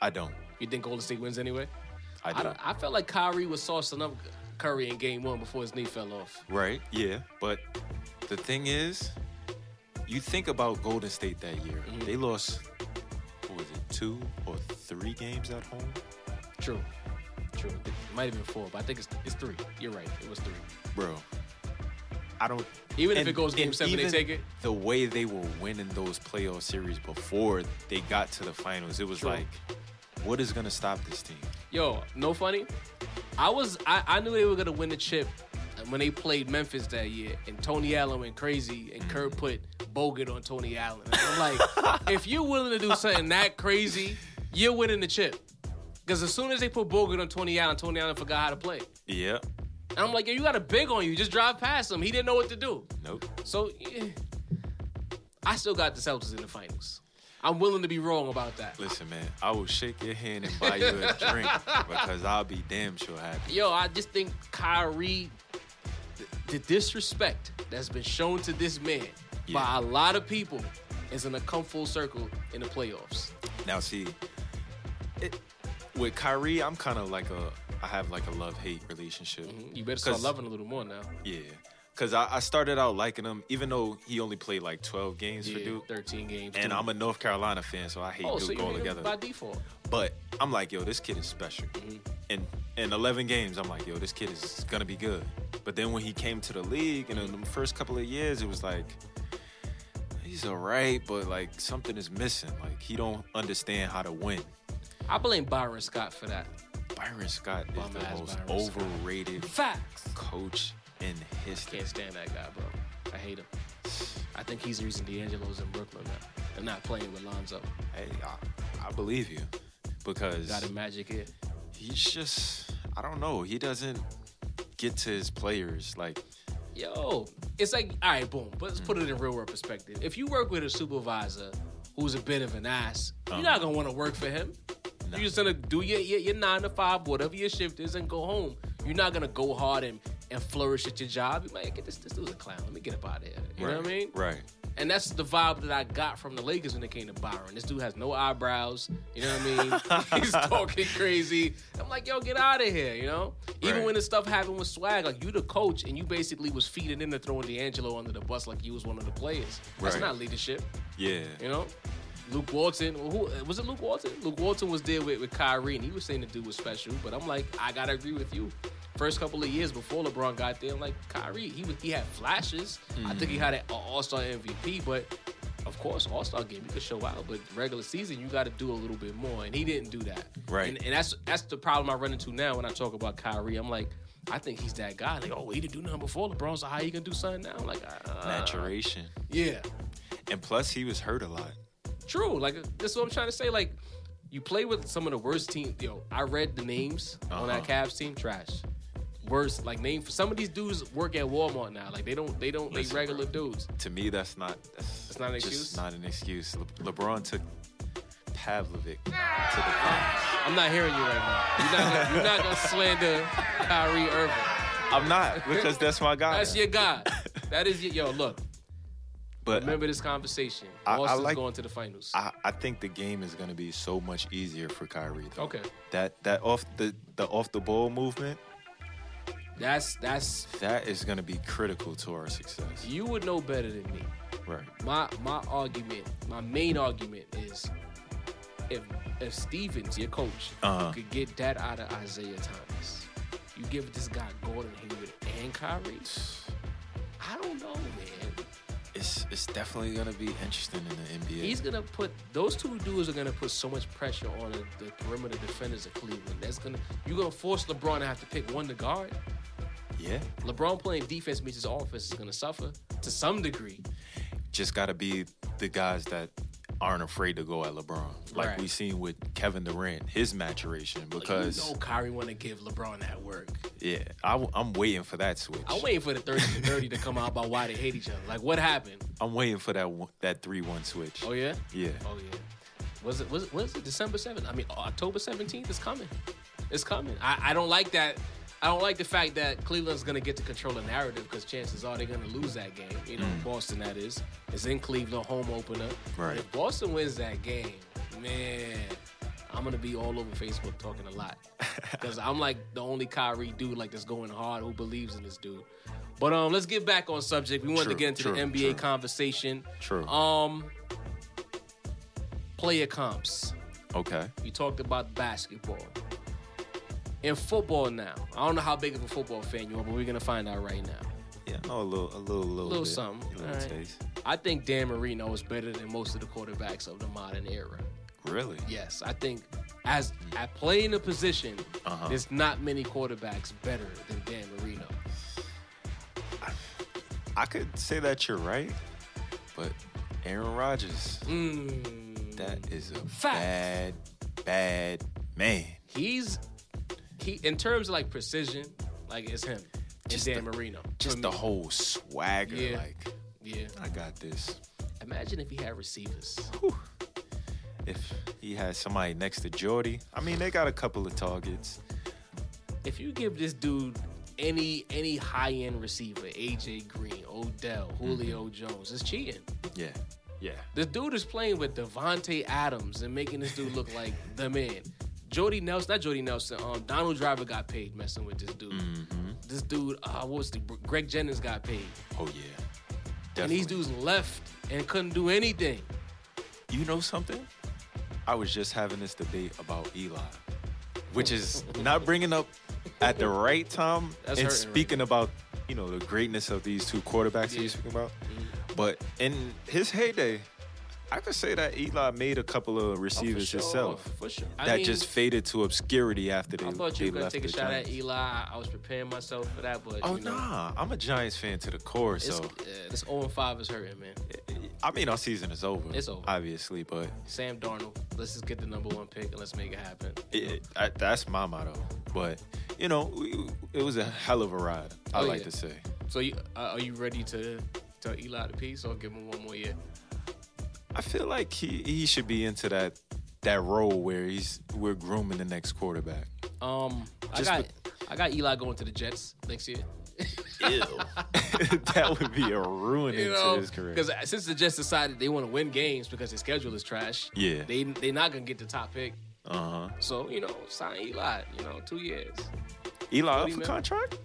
Speaker 3: I don't.
Speaker 2: You think Golden State wins anyway?
Speaker 3: I
Speaker 2: I,
Speaker 3: don't.
Speaker 2: don't- I felt like Kyrie was saucing up Curry in game one before his knee fell off.
Speaker 3: Right. Yeah. But the thing is, you think about Golden State that year.
Speaker 2: Mm-hmm.
Speaker 3: They lost, what was it, two or three games at home?
Speaker 2: True. True. It might have been four, but I think it's, it's three. You're right. It was three.
Speaker 3: Bro, I don't.
Speaker 2: Even if it goes game
Speaker 3: and
Speaker 2: seven, they
Speaker 3: even
Speaker 2: take it?
Speaker 3: The way they were winning those playoff series before they got to the finals, it was
Speaker 2: True.
Speaker 3: like, what is going to stop this team?
Speaker 2: Yo, no funny. I was I, I knew they were gonna win the chip when they played Memphis that year, and Tony Allen went crazy, and Kerr put Bogut on Tony Allen. And I'm like, if you're willing to do something that crazy, you're winning the chip. Because as soon as they put Bogut on Tony Allen, Tony Allen forgot how to play.
Speaker 3: Yeah.
Speaker 2: And I'm like, yo, you got a big on you. Just drive past him. He didn't know what to do.
Speaker 3: Nope.
Speaker 2: So yeah, I still got the Celtics in the finals. I'm willing to be wrong about that.
Speaker 3: Listen, man, I will shake your hand and buy you a drink because I'll be damn sure happy.
Speaker 2: Yo, I just think Kyrie, the, the disrespect that's been shown to this man by a
Speaker 3: Yeah.
Speaker 2: lot of people is gonna come full circle in the playoffs.
Speaker 3: Now, see, it, with Kyrie, I'm kind of like a, I have like a love hate relationship.
Speaker 2: Mm-hmm. You better start
Speaker 3: Mhm. 'Cause-
Speaker 2: loving a little more now.
Speaker 3: Yeah. Because I, I started out liking him, even though he only played like 12 games for
Speaker 2: Yeah,
Speaker 3: Duke.
Speaker 2: 13 games.
Speaker 3: And
Speaker 2: too.
Speaker 3: I'm a North Carolina fan, so I hate
Speaker 2: oh,
Speaker 3: Duke
Speaker 2: so you hate him
Speaker 3: altogether.
Speaker 2: by default.
Speaker 3: But I'm like, yo, this kid is special.
Speaker 2: Mm-hmm.
Speaker 3: And in 11 games, I'm like, yo, this kid is gonna be good. But then when he came to the league, and in the first couple of years, it was like, he's alright, but like something is missing. Like he don't understand how to win.
Speaker 2: I blame Byron Scott for that.
Speaker 3: Byron Scott is
Speaker 2: Bum
Speaker 3: the
Speaker 2: ass
Speaker 3: most
Speaker 2: Byron Scott.
Speaker 3: overrated
Speaker 2: Facts.
Speaker 3: coach in history.
Speaker 2: Can't stand that guy, bro. I hate him. I think he's the reason D'Angelo's in Brooklyn now. They're not playing with Lonzo.
Speaker 3: Hey, I, I believe you because
Speaker 2: Got a magic here.
Speaker 3: he's just, I don't know, he doesn't get to his players like.
Speaker 2: yo, it's like, all right, boom. But let's put it in real world perspective. If you work with a supervisor who's a bit of an ass, you're
Speaker 3: Uh-huh.
Speaker 2: not gonna want to work for him. You're just gonna do your, your your nine to five, whatever your shift is, and go home. You're not gonna go hard and, and flourish at your job. You might get this this dude's a clown. Let me get up out of here. You know what I mean?
Speaker 3: Right.
Speaker 2: And that's the vibe that I got from the Lakers when they came to Byron. This dude has no eyebrows. You know what I mean? He's talking crazy. I'm like, yo, get out of here. You know? Even
Speaker 3: Right.
Speaker 2: when the stuff happened with Swag, like you the coach, and you basically was feeding into throwing D'Angelo under the bus like you was one of the players. That's
Speaker 3: Right.
Speaker 2: not leadership.
Speaker 3: Yeah.
Speaker 2: You know, Luke Walton. Who was it? Luke Walton. Luke Walton was there with, with Kyrie, and he was saying the dude was special. But I'm like, I gotta agree with you. First couple of years before LeBron got there, I'm like Kyrie, he was he had flashes. I think he had an All Star MVP, but of course, All Star game you could show out, but regular season you got to do a little bit more, and he didn't do that.
Speaker 3: Right.
Speaker 2: And, and that's that's the problem I run into now when I talk about Kyrie. I'm like. I think he's that guy. Like, oh, he didn't do nothing before LeBron, so how you gonna do something now? I'm like, uh,
Speaker 3: Maturation.
Speaker 2: yeah,
Speaker 3: And plus, he was hurt a lot.
Speaker 2: True. Like that's what I'm trying to say. Like you play with some of the worst teams. Yo, I read the names on that
Speaker 3: Uh-huh.
Speaker 2: Cavs team. Trash. Worst. Like name. Some of these dudes work at Walmart now. Like they don't. They don't.
Speaker 3: Listen,
Speaker 2: they regular
Speaker 3: bro.
Speaker 2: dudes.
Speaker 3: To me, that's not. That's
Speaker 2: It's not an
Speaker 3: just
Speaker 2: excuse?
Speaker 3: Not an excuse. Le- LeBron took Pavlovic to the
Speaker 2: I'm not hearing you right now. You're not. Gonna, you're not gonna slander Kyrie Irving.
Speaker 3: I'm not because that's my guy.
Speaker 2: That's your guy. That is your yo. Look.
Speaker 3: but
Speaker 2: Remember this conversation.
Speaker 3: I- I
Speaker 2: Boston's
Speaker 3: like-
Speaker 2: going to the finals.
Speaker 3: I, I think the game is going to be so much easier for Kyrie. Though.
Speaker 2: Okay.
Speaker 3: That that off the the off the ball movement
Speaker 2: that's that's.
Speaker 3: that is going to be critical to our success.
Speaker 2: You would know better than me.
Speaker 3: Right.
Speaker 2: my my argument, my main argument is if if Stevens, your coach,
Speaker 3: Uh-huh.
Speaker 2: could get that out of Isaiah Thomas, you give this guy Gordon Hayward and Kyrie. I don't know, man.
Speaker 3: It's it's definitely going to be interesting in the NBA.
Speaker 2: He's gonna put those two dudes are gonna put so much pressure on the, the perimeter defenders of Cleveland. That's gonna you're gonna force LeBron to have to pick one to guard.
Speaker 3: yeah.
Speaker 2: LeBron playing defense means his offense is gonna suffer to some degree.
Speaker 3: Just got to be the guys that aren't afraid to go at LeBron, like
Speaker 2: Right.
Speaker 3: we seen with Kevin Durant, his maturation.
Speaker 2: You
Speaker 3: Because
Speaker 2: know Kyrie wanna give LeBron that work.
Speaker 3: yeah, I, am waiting for that switch.
Speaker 2: I'm waiting for the 30 for 30 to come out about why they hate each other. Like, what happened?
Speaker 3: I'm waiting for that one, that three one switch.
Speaker 2: Oh, yeah?
Speaker 3: Yeah.
Speaker 2: Oh, yeah. Was it, was it, was it December 7th? I mean, uh, October 17th is coming. It's coming. I, I don't like that. I don't like the fact that Cleveland's going to get to control the narrative because chances are they're going to lose that game. You know, Boston, that is. It's in Cleveland, home opener.
Speaker 3: Mm. Right.
Speaker 2: If Boston wins that game, man, I'm going to be all over Facebook talking a lot because I'm like the only Kyrie dude like that's going hard who believes in this dude. But um, let's get back on subject. We wanted to
Speaker 3: True,
Speaker 2: get into
Speaker 3: true,
Speaker 2: the NBA
Speaker 3: true.
Speaker 2: conversation.
Speaker 3: True.
Speaker 2: Um, player comps.
Speaker 3: Okay.
Speaker 2: You talked about basketball. In football now, I don't know how big of a football fan you are, but we're gonna find out right now.
Speaker 3: Yeah, no, a little, a little, little,
Speaker 2: little
Speaker 3: bit.
Speaker 2: something.
Speaker 3: a little
Speaker 2: All right.
Speaker 3: taste.
Speaker 2: I think Dan Marino is better than most of the quarterbacks of the modern era.
Speaker 3: Really?
Speaker 2: Yes, I think as at playing the position,
Speaker 3: Uh-huh.
Speaker 2: there's not many quarterbacks better than Dan Marino.
Speaker 3: I could say that you're right, but Aaron Rodgers,
Speaker 2: Mm.
Speaker 3: that is a
Speaker 2: Fact.
Speaker 3: bad, bad man.
Speaker 2: He's he in terms of like precision, like it's him. It's
Speaker 3: Just
Speaker 2: Dan
Speaker 3: the-
Speaker 2: Marino. for
Speaker 3: Just
Speaker 2: me.
Speaker 3: the whole swagger,
Speaker 2: Yeah.
Speaker 3: like
Speaker 2: yeah.
Speaker 3: I got this.
Speaker 2: Imagine if he had receivers.
Speaker 3: If he had somebody next to Jordy, I mean, they got a couple of targets.
Speaker 2: If you give this dude any any high end receiver, AJ Green, Odell,
Speaker 3: Mm-hmm.
Speaker 2: Julio Jones, it's cheating.
Speaker 3: Yeah, yeah.
Speaker 2: This dude is playing with Devonte Adams and making this dude look like the man. Jody Nelson, not Jody Nelson. Um, Donald Driver got paid messing with this dude.
Speaker 3: Mm-hmm.
Speaker 2: This dude, uh, what was the Greg Jennings got paid,
Speaker 3: Oh yeah. Definitely.
Speaker 2: and these dudes left and couldn't do anything.
Speaker 3: You know something? I was just having this debate about Eli, which is not bringing up at the right time
Speaker 2: That's hurting
Speaker 3: and
Speaker 2: right
Speaker 3: speaking about you know the greatness of these two quarterbacks
Speaker 2: Yeah. Mm-hmm.
Speaker 3: he's speaking about. But in his heyday, I could say that Eli made a couple of receivers himself
Speaker 2: Oh, for sure.
Speaker 3: that just faded to obscurity after they,
Speaker 2: I thought you
Speaker 3: they
Speaker 2: were gonna
Speaker 3: left
Speaker 2: take a
Speaker 3: the
Speaker 2: shot at E.
Speaker 3: Giants.
Speaker 2: Eli. I was preparing myself for that, but
Speaker 3: Oh
Speaker 2: you know,
Speaker 3: nah, I'm a Giants fan to the core,
Speaker 2: It's,
Speaker 3: so
Speaker 2: uh, this 0 5 is hurting, man.
Speaker 3: I mean our season is over.
Speaker 2: It's over.
Speaker 3: obviously, but
Speaker 2: Sam Darnold, let's just get the number one pick and let's make it happen.
Speaker 3: it, I, that's my motto. But you know, we, it was a hell of a ride. I
Speaker 2: Oh,
Speaker 3: like
Speaker 2: yeah.
Speaker 3: to say.
Speaker 2: So, you, uh, are you ready to tell Eli the piece or give him one more year?
Speaker 3: I feel like he, he should be into that that role where he's we're grooming the next quarterback.
Speaker 2: Um, I
Speaker 3: Just
Speaker 2: got I got Eli going to the Jets next year.
Speaker 3: Ew. that would be a ruin
Speaker 2: You
Speaker 3: to
Speaker 2: know,
Speaker 3: his career.
Speaker 2: because since the Jets decided they want to win games because their schedule is trash,
Speaker 3: Yeah.
Speaker 2: they they're not gonna get the top pick.
Speaker 3: Uh huh.
Speaker 2: So you know, sign Eli. You know, two years.
Speaker 3: Eli up
Speaker 2: do you
Speaker 3: for
Speaker 2: mean?
Speaker 3: contract?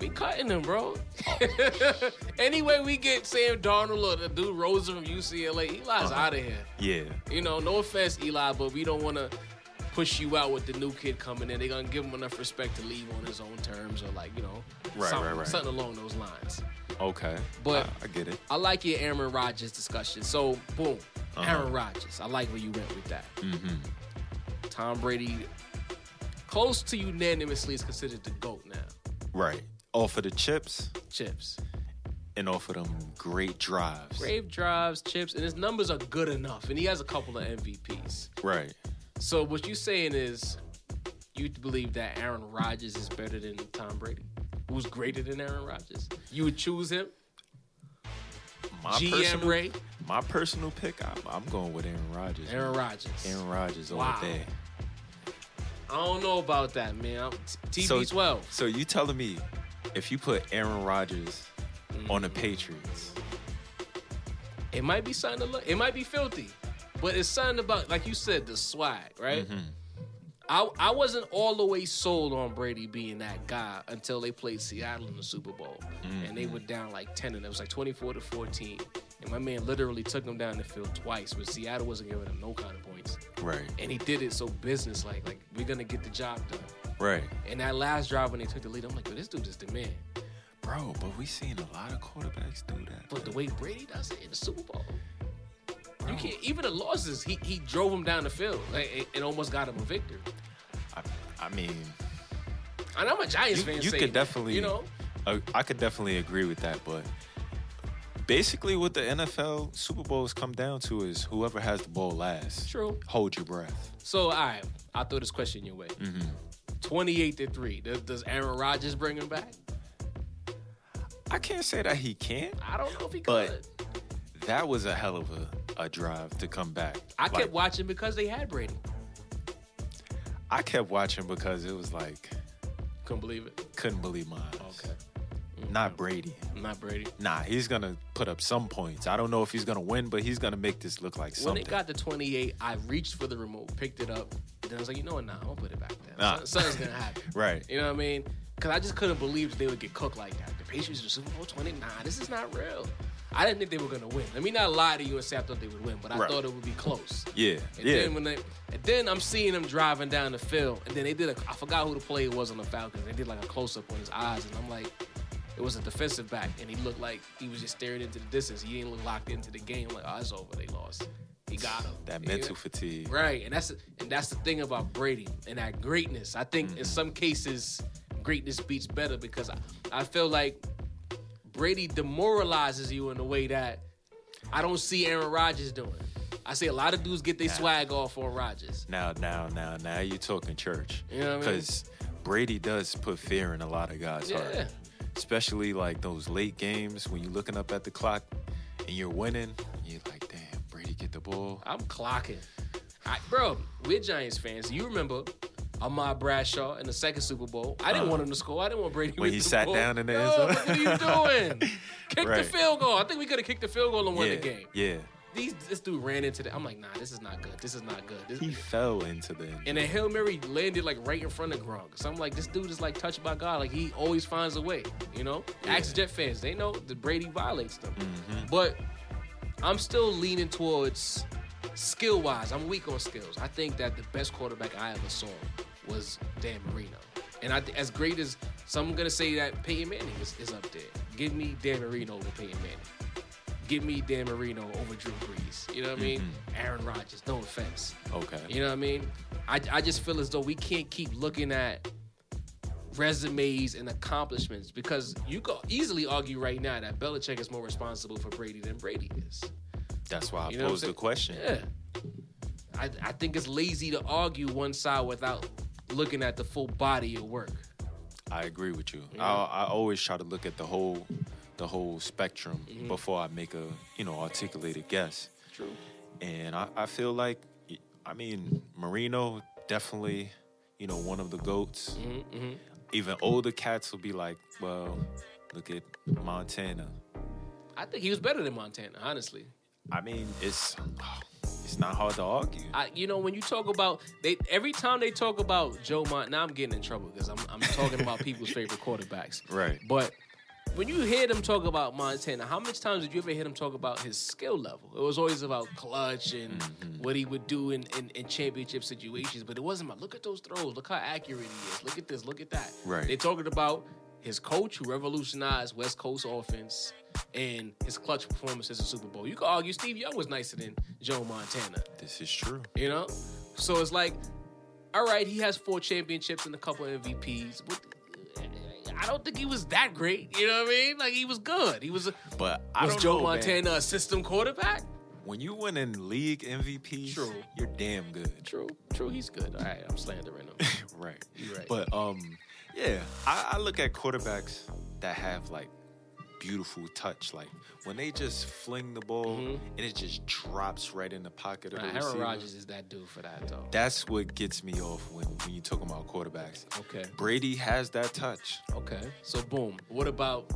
Speaker 2: We cutting him, bro. Oh. anyway, we get Sam Darnold or the dude Rosen from UCLA. Eli's out of here.
Speaker 3: Yeah.
Speaker 2: You know, no offense, Eli, but we don't want to push you out with the new kid coming in. They're gonna give him enough respect to leave on his own terms, or like you know,
Speaker 3: Right,
Speaker 2: something,
Speaker 3: right, right.
Speaker 2: something along those lines.
Speaker 3: Okay.
Speaker 2: But-
Speaker 3: I, I get it.
Speaker 2: I like your Aaron Rodgers discussion. So, boom,
Speaker 3: Uh-huh.
Speaker 2: Aaron Rodgers. I like where you went with that.
Speaker 3: Mm-hmm.
Speaker 2: Tom Brady, close to unanimously, is considered the GOAT now.
Speaker 3: Right. All for the chips
Speaker 2: Chips.
Speaker 3: and all for them great drives.
Speaker 2: Brave drives, chips, and his numbers are good enough. And he has a couple of MVPs.
Speaker 3: Right.
Speaker 2: So, what you saying is you believe that Aaron Rodgers is better than Tom Brady, who's greater than Aaron Rodgers? You would choose him?
Speaker 3: My
Speaker 2: GM
Speaker 3: personal,
Speaker 2: Ray?
Speaker 3: My personal pick, I, I'm going with Aaron Rodgers.
Speaker 2: Aaron
Speaker 3: man.
Speaker 2: Rodgers.
Speaker 3: Aaron Rodgers
Speaker 2: Wow.
Speaker 3: all day.
Speaker 2: I don't know about that, man. I'm- TB12.
Speaker 3: So you telling me if you put Aaron Rodgers on the
Speaker 2: Mm.
Speaker 3: Patriots,
Speaker 2: It might be something to look. It might be filthy, but it's something about, like you said, the swag, right? I I wasn't all the way sold on Brady being that guy until they played Seattle in the Super Bowl, and they were down like ten, and it was like twenty four to fourteen, and my man literally took them down the field twice, but Seattle wasn't giving them no kind of points,
Speaker 3: right,
Speaker 2: and he did it so business like, like we're gonna get the job done.
Speaker 3: right,
Speaker 2: And that last drive when they took the lead, I'm like, but this dude is the man.
Speaker 3: bro. But we seen a lot of quarterbacks do that.
Speaker 2: But the way Brady does it in the Super Bowl, you can't. Even the losses, he he drove him down the field like, and, and almost got him a victory.
Speaker 3: I, I mean,
Speaker 2: And I'm a Giants
Speaker 3: you,
Speaker 2: fan.
Speaker 3: you
Speaker 2: saying
Speaker 3: could
Speaker 2: that,
Speaker 3: definitely,
Speaker 2: you know,
Speaker 3: uh, I could definitely agree with that. But basically, what the NFL Super Bowls come down to is whoever has the ball last.
Speaker 2: True.
Speaker 3: Hold your breath.
Speaker 2: So, all right, I'll throw this question your way.
Speaker 3: Mm-hmm.
Speaker 2: 28 to 3. Does, does Aaron Rodgers bring him back?
Speaker 3: I can't say that he can't.
Speaker 2: I don't know if he could.
Speaker 3: But- That was a hell of a, a drive to come back.
Speaker 2: I
Speaker 3: Like,
Speaker 2: kept watching because they had Brady.
Speaker 3: I kept watching because it was like
Speaker 2: Couldn't believe it.
Speaker 3: couldn't believe my eyes. Not Brady.
Speaker 2: Not Brady.
Speaker 3: Nah, he's gonna put up some points. I don't know if he's gonna win, but he's gonna make this look like
Speaker 2: When
Speaker 3: something.
Speaker 2: it got to 28, I reached for the remote, picked it up. Then I was like, you know what? Nah, I'm going to put it back there.
Speaker 3: Nah.
Speaker 2: Something- Something's going to happen.
Speaker 3: right.
Speaker 2: You know what I mean? Because I just couldn't believe that they would get cooked like that. The Patriots are Super Bowl 29. This is not real. I didn't think they were going to win. Let me not lie to you and say I thought they would win, but I
Speaker 3: Right.
Speaker 2: thought it would be close.
Speaker 3: Yeah.
Speaker 2: And
Speaker 3: yeah.
Speaker 2: then when they, and then I'm seeing them driving down the field, and then they did a. I forgot who the player was on the Falcons. They did like a close up on his eyes, and I'm like, it was a defensive back, and he looked like he was just staring into the distance. He didn't look locked into the game. Like, oh, it's over. They lost. He got him.
Speaker 3: that
Speaker 2: You
Speaker 3: mental
Speaker 2: know?
Speaker 3: fatigue.
Speaker 2: Right, and that's and that's the thing about Brady and that greatness. I think
Speaker 3: Mm.
Speaker 2: in some cases, greatness beats better because I, I feel like Brady demoralizes you in a way that I don't see Aaron Rodgers doing. I see a lot of dudes get their swag off on Rodgers.
Speaker 3: Now, now, now, now you're talking church.
Speaker 2: You know what I mean?
Speaker 3: Because Brady does put fear in a lot of guys'
Speaker 2: Yeah.
Speaker 3: heart. Especially like those late games when you're looking up at the clock and you're winning. You're like, damn, Brady get the ball.
Speaker 2: I'm clocking, I, bro. We're Giants fans. You remember Ahmad Bradshaw in the second Super Bowl? I didn't want him to score. I didn't want Brady
Speaker 3: Uh-huh. When
Speaker 2: with
Speaker 3: he
Speaker 2: the
Speaker 3: sat
Speaker 2: ball.
Speaker 3: down in the
Speaker 2: no,
Speaker 3: end zone.
Speaker 2: What are you doing? Kick the
Speaker 3: Right.
Speaker 2: field goal. I think we could have kicked the field goal and won
Speaker 3: yeah.
Speaker 2: the game.
Speaker 3: Yeah.
Speaker 2: These this dude ran into the. I'm like, nah, this is not good. This is not good. This,
Speaker 3: He fell into the.
Speaker 2: and then Hail Mary landed like right in front of Gronk. So I'm like, this dude is like touched by God. Like he always finds a way. You know, ask Jet fans. They know that Brady violates them.
Speaker 3: Mm-hmm.
Speaker 2: But I'm still leaning towards skill wise. I'm weak on skills. I think that the best quarterback I ever saw was Dan Marino. And I, th- as great as some gonna say that Peyton Manning is, is up there. Give me Dan Marino over Peyton Manning give me Dan Marino over Drew Brees. You know what I mean? Aaron Rodgers, no offense.
Speaker 3: Okay.
Speaker 2: You know what I mean? I, I just feel as though we can't keep looking at resumes and accomplishments because you could easily argue right now that Belichick is more responsible for Brady than Brady is.
Speaker 3: That's why I
Speaker 2: You know what I'm
Speaker 3: posed the
Speaker 2: saying?
Speaker 3: question.
Speaker 2: Yeah. I, I think it's lazy to argue one side without looking at the full body of work.
Speaker 3: I agree with you. I, I always try to look at the whole the whole spectrum
Speaker 2: Mm-hmm.
Speaker 3: before I make a you know articulated guess. True. And I, I feel like I mean Marino definitely
Speaker 2: Mm-hmm,
Speaker 3: you know one of the goats. Even older cats will be like, well, Look at Montana.
Speaker 2: I think he was better than Montana, honestly.
Speaker 3: I mean, it's it's not hard to argue.
Speaker 2: I, you know, when you talk about they, every time they talk about Joe Mont, now I'm getting in trouble because I'm, I'm talking about people's favorite quarterbacks.
Speaker 3: Right.
Speaker 2: But when you hear them talk about Montana, how much times did you ever hear them talk about his skill level? It was always about clutch and
Speaker 3: Mm-hmm.
Speaker 2: what he would do in, in, in championship situations, but it wasn't about look at those throws, look how accurate he is, look at this, look at that.
Speaker 3: Right.
Speaker 2: They talking about his coach who revolutionized West Coast offense and his clutch performances in Super Bowl. You could argue Steve Young was nicer than Joe Montana.
Speaker 3: this is true.
Speaker 2: You know? So it's like, all right, he has four championships and a couple of MVPs, but I don't think he was that great. You know what I mean? Like he was good. He was a
Speaker 3: But I
Speaker 2: was
Speaker 3: don't
Speaker 2: Joe
Speaker 3: know, man.
Speaker 2: Montana a system quarterback?
Speaker 3: When you win in league MVPs,
Speaker 2: True.
Speaker 3: you're damn good.
Speaker 2: True, true, he's good. All right, I'm slandering him.
Speaker 3: Right.
Speaker 2: You're right.
Speaker 3: But um, yeah, I, I look at quarterbacks that have like beautiful touch. Like when they just fling the ball and it just drops right in the pocket of
Speaker 2: Mm-hmm. Nah,
Speaker 3: the
Speaker 2: Aaron
Speaker 3: receiver.
Speaker 2: Rodgers is that dude for that though.
Speaker 3: That's what gets me off when, when you talking about quarterbacks.
Speaker 2: Okay.
Speaker 3: Brady has that touch.
Speaker 2: Okay. So boom. What about,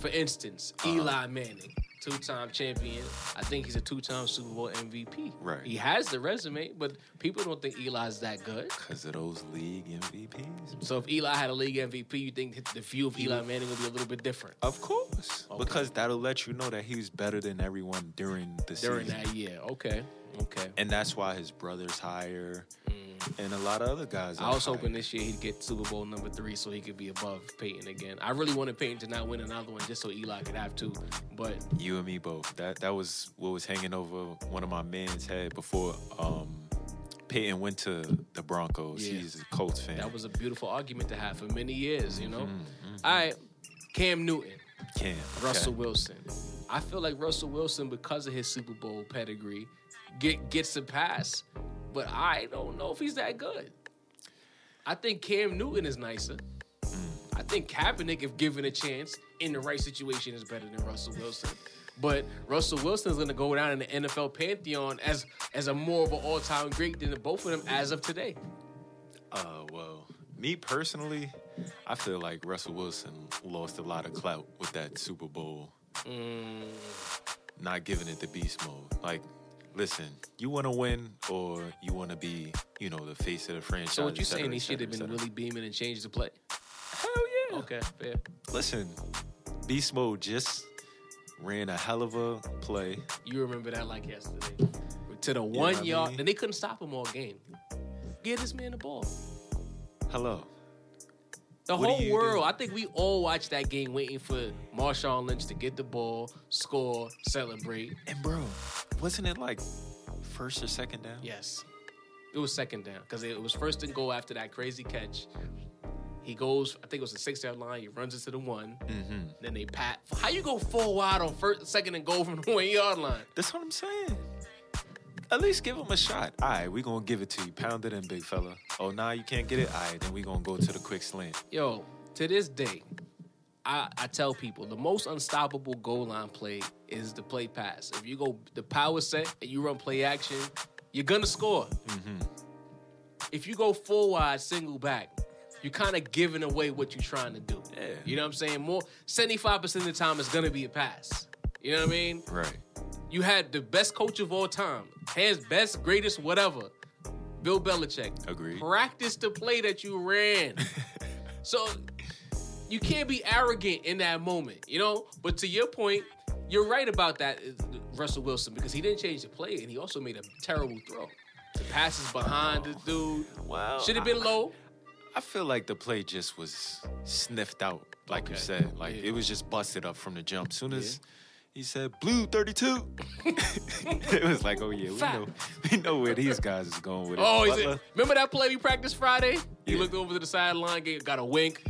Speaker 2: for instance,
Speaker 3: Uh-huh.
Speaker 2: Eli Manning, two-time champion. I think he's a two-time Super Bowl MVP.
Speaker 3: Right.
Speaker 2: He has the resume, but people don't think Eli's that good.
Speaker 3: Because of those league MVPs?
Speaker 2: So if Eli had a league MVP, you think the view of Eli Manning would be a little bit different
Speaker 3: Of course. Because that'll let you know that he was better than everyone during the
Speaker 2: during
Speaker 3: season.
Speaker 2: that year? Okay. Okay.
Speaker 3: And that's why his brother's higher and a lot of other guys.
Speaker 2: Mm. I was
Speaker 3: are
Speaker 2: hoping
Speaker 3: higher.
Speaker 2: this year he'd get Super Bowl number three so he could be above Peyton again. I really wanted Peyton to not win another one just so Eli could have two, but
Speaker 3: You and me both. That that was what was hanging over one of my men's head before um Peyton went to the Broncos.
Speaker 2: Yeah.
Speaker 3: He's a Colts fan.
Speaker 2: that was a beautiful argument to have for many years, you know? All right, Cam Newton,
Speaker 3: Cam.
Speaker 2: Russell
Speaker 3: Okay.
Speaker 2: Wilson. I feel like Russell Wilson, because of his Super Bowl pedigree, get, gets a pass, but I don't know if he's that good. I think Cam Newton is nicer.
Speaker 3: Mm.
Speaker 2: I think Kaepernick, if given a chance in the right situation, is better than Russell Wilson. But Russell Wilson is going to go down in the NFL pantheon as as a more of an all time great than the both of them as of today.
Speaker 3: Uh, well, me personally, I feel like Russell Wilson lost a lot of clout with that Super Bowl.
Speaker 2: Mm.
Speaker 3: Not giving it the beast mode. Like, listen, you want to win or you want to be, you know, the face of the franchise.
Speaker 2: So what you
Speaker 3: et cetera,
Speaker 2: saying? He
Speaker 3: et
Speaker 2: should have
Speaker 3: cetera,
Speaker 2: been
Speaker 3: et
Speaker 2: really beaming and changed the play.
Speaker 3: cetera. Hell yeah.
Speaker 2: Okay, fair.
Speaker 3: Listen, beast mode just ran a hell of a play.
Speaker 2: You remember that like yesterday. To the one
Speaker 3: what I
Speaker 2: yard,
Speaker 3: mean?
Speaker 2: and they couldn't stop him all game. Give this man the ball.
Speaker 3: Hello.
Speaker 2: The
Speaker 3: What do
Speaker 2: whole
Speaker 3: you
Speaker 2: world.
Speaker 3: do?
Speaker 2: I think we all watched that game waiting for Marshawn Lynch to get the ball, score, celebrate.
Speaker 3: And bro, wasn't it like first or second down?
Speaker 2: Yes. It was second down because it was first and goal after that crazy catch. He goes, I think it was the six yard line. He runs into the one. Then they pat. How you go full wide on first, second and goal from the one yard line?
Speaker 3: That's what I'm saying. At least give him a shot. All right, we gonna give it to you. Pound it in, big fella. Oh, nah, you can't get it. All right, then we gonna go to the quick slant.
Speaker 2: Yo, to this day, I, I tell people the most unstoppable goal line play is the play pass. If you go the power set and you run play action, you're gonna score. If you go full wide, single back, you're kind of giving away what you're trying to do.
Speaker 3: Yeah.
Speaker 2: You know what I'm saying? More 75% of the time it's gonna be a pass. You know what I mean?
Speaker 3: Right.
Speaker 2: You had the best coach of all time, hands best, greatest, whatever. Bill Belichick.
Speaker 3: Agreed.
Speaker 2: Practice the play that you ran. so you can't be arrogant in that moment, you know? But to your point, you're right about that, uh, Russell Wilson, because he didn't change the play and he also made a terrible throw. The pass is behind the dude.
Speaker 3: Well,
Speaker 2: Should have been
Speaker 3: I-
Speaker 2: low.
Speaker 3: I feel like the play just was sniffed out, like you
Speaker 2: Okay.
Speaker 3: said. Like
Speaker 2: Yeah.
Speaker 3: it was just busted up from the jump. Soon as he said blue 32, it was like, oh yeah, we
Speaker 2: Fat.
Speaker 3: know, we know where these guys is going with it.
Speaker 2: Oh, he
Speaker 3: Butler,
Speaker 2: said, remember that play we practiced Friday? He
Speaker 3: Yeah.
Speaker 2: looked over to the sideline, gave- got a wink.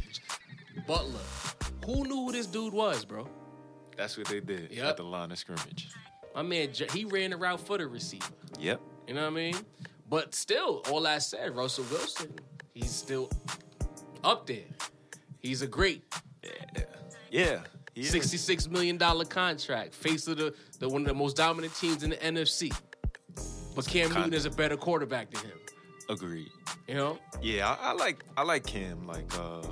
Speaker 2: Butler. Who knew who this dude was, bro?
Speaker 3: that's what they did
Speaker 2: Yep.
Speaker 3: at the line of scrimmage.
Speaker 2: My man, J- he ran the route for the receiver.
Speaker 3: Yep.
Speaker 2: You know what I mean? But still, all I said, Russell Wilson, he's still up there. He's a great
Speaker 3: Yeah. yeah.
Speaker 2: $66 million contract, face of the, the one of the most dominant teams in the NFC. But Cam
Speaker 3: Con-
Speaker 2: Newton is a better quarterback than him.
Speaker 3: Agreed.
Speaker 2: You know?
Speaker 3: Yeah, I, I like I like him. Like a uh,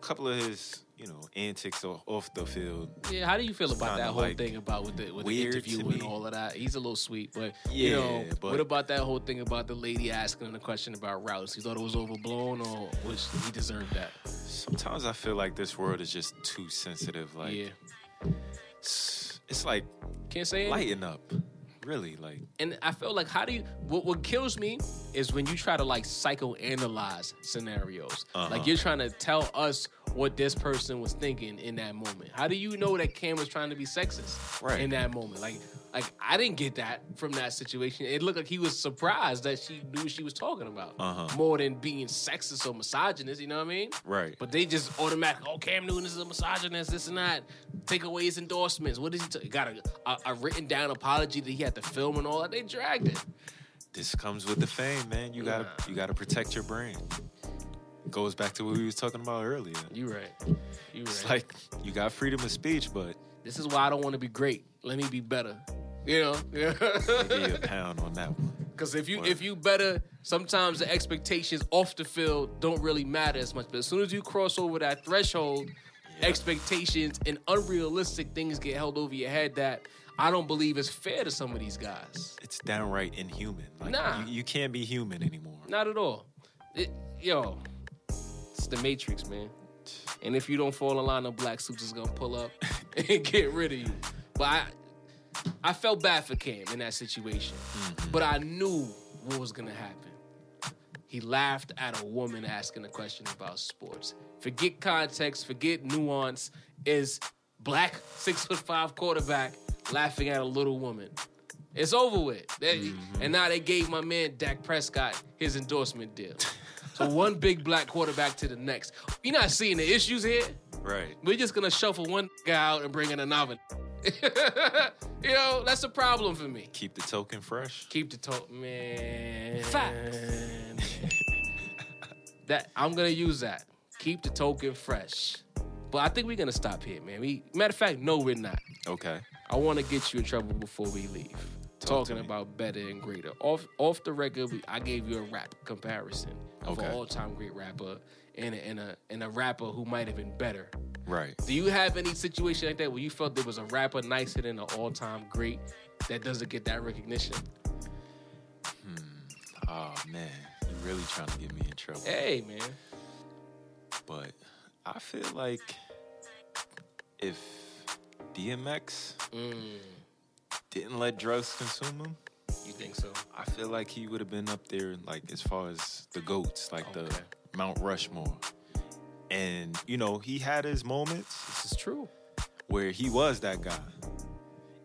Speaker 3: couple of his you know, antics o- off the field.
Speaker 2: Yeah, how do you feel about
Speaker 3: kinda
Speaker 2: that whole
Speaker 3: like
Speaker 2: thing about with the with the
Speaker 3: weird
Speaker 2: interview
Speaker 3: to
Speaker 2: and
Speaker 3: me.
Speaker 2: all of that? He's a little sweet, but you
Speaker 3: Yeah,
Speaker 2: know,
Speaker 3: but-
Speaker 2: what about that whole thing about the lady asking him the question about routes? He thought it was overblown, or was he deserved that?
Speaker 3: Sometimes I feel like this world is just too sensitive. Like
Speaker 2: yeah,
Speaker 3: it's, it's like
Speaker 2: can't say anything.
Speaker 3: lighten up. Really, like
Speaker 2: and I feel like how do you what what kills me is when you try to like psychoanalyze scenarios.
Speaker 3: Uh-huh.
Speaker 2: Like you're trying to tell us what this person was thinking in that moment. How do you know that Cam was trying to be sexist
Speaker 3: Right.
Speaker 2: in that moment? Like like I didn't get that from that situation. It looked like he was surprised that she knew what she was talking about.
Speaker 3: Uh-huh.
Speaker 2: More than being sexist or misogynist, you know what I mean?
Speaker 3: Right.
Speaker 2: But they just automatically, oh, Cam Newton is a misogynist, this and that. Take away his endorsements. What did he t- got a, a, a written down apology that he had to film and all that? They dragged it.
Speaker 3: this comes with the fame, man. You gotta you gotta protect your brand. Goes back to what we was talking about earlier.
Speaker 2: You right. You right.
Speaker 3: It's like you got freedom of speech, but
Speaker 2: this is why I don't want to be great. Let me be better. You know.
Speaker 3: give you a pound on that one.
Speaker 2: Because if you if you better, sometimes the expectations off the field don't really matter as much. But as soon as you cross over that threshold, expectations and unrealistic things get held over your head that I don't believe is fair to some of these guys.
Speaker 3: It's downright inhuman. Like
Speaker 2: Nah.
Speaker 3: you, you can't be human anymore.
Speaker 2: Not at all. It, yo, it's the Matrix, man. And if you don't fall in line, the black suits is gonna pull up and get rid of you. But I, I felt bad for Cam in that situation, but I knew what was gonna happen. He laughed at a woman asking a question about sports. Forget context, forget nuance. Is black six foot five quarterback laughing at a little woman? It's over with. They- And now they gave my man Dak Prescott his endorsement deal. so one big black quarterback to the next. You're not seeing the issues here.
Speaker 3: Right.
Speaker 2: We're just gonna shuffle one guy out and bring in another. you know, that's a problem for me.
Speaker 3: Keep the token fresh.
Speaker 2: Keep the talk, man.
Speaker 4: Facts.
Speaker 2: that I'm gonna use that. Keep the token fresh. But I think we're gonna stop here, man. We matter of fact, no, we're not.
Speaker 3: Okay.
Speaker 2: I want to get you in trouble before we leave.
Speaker 3: Talk to
Speaker 2: Talking
Speaker 3: me.
Speaker 2: about better and greater. Off off the record, we, I gave you a rap comparison of an
Speaker 3: Okay.
Speaker 2: all time great rapper and a, and a and a rapper who might have been better.
Speaker 3: Right.
Speaker 2: Do you have any situation like that where you felt there was a rapper nicer than an all time great that doesn't get that recognition?
Speaker 3: Oh man, you're really trying to get me in trouble.
Speaker 2: Hey man,
Speaker 3: But I feel like if DMX didn't let drugs consume him,
Speaker 2: you think so?
Speaker 3: I feel like he would have been up there, like as far as the goats, like
Speaker 2: Okay.
Speaker 3: the Mount Rushmore. And you know, he had his moments
Speaker 2: This is true.
Speaker 3: where he was that guy,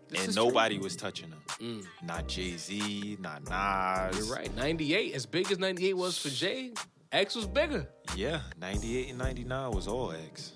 Speaker 2: This
Speaker 3: and
Speaker 2: is true.
Speaker 3: nobody was touching him. Not Jay Z, not Nas.
Speaker 2: You're right. Ninety eight, as big as ninety eight was for Jay, X was bigger.
Speaker 3: Yeah, 98 and 99 was all X.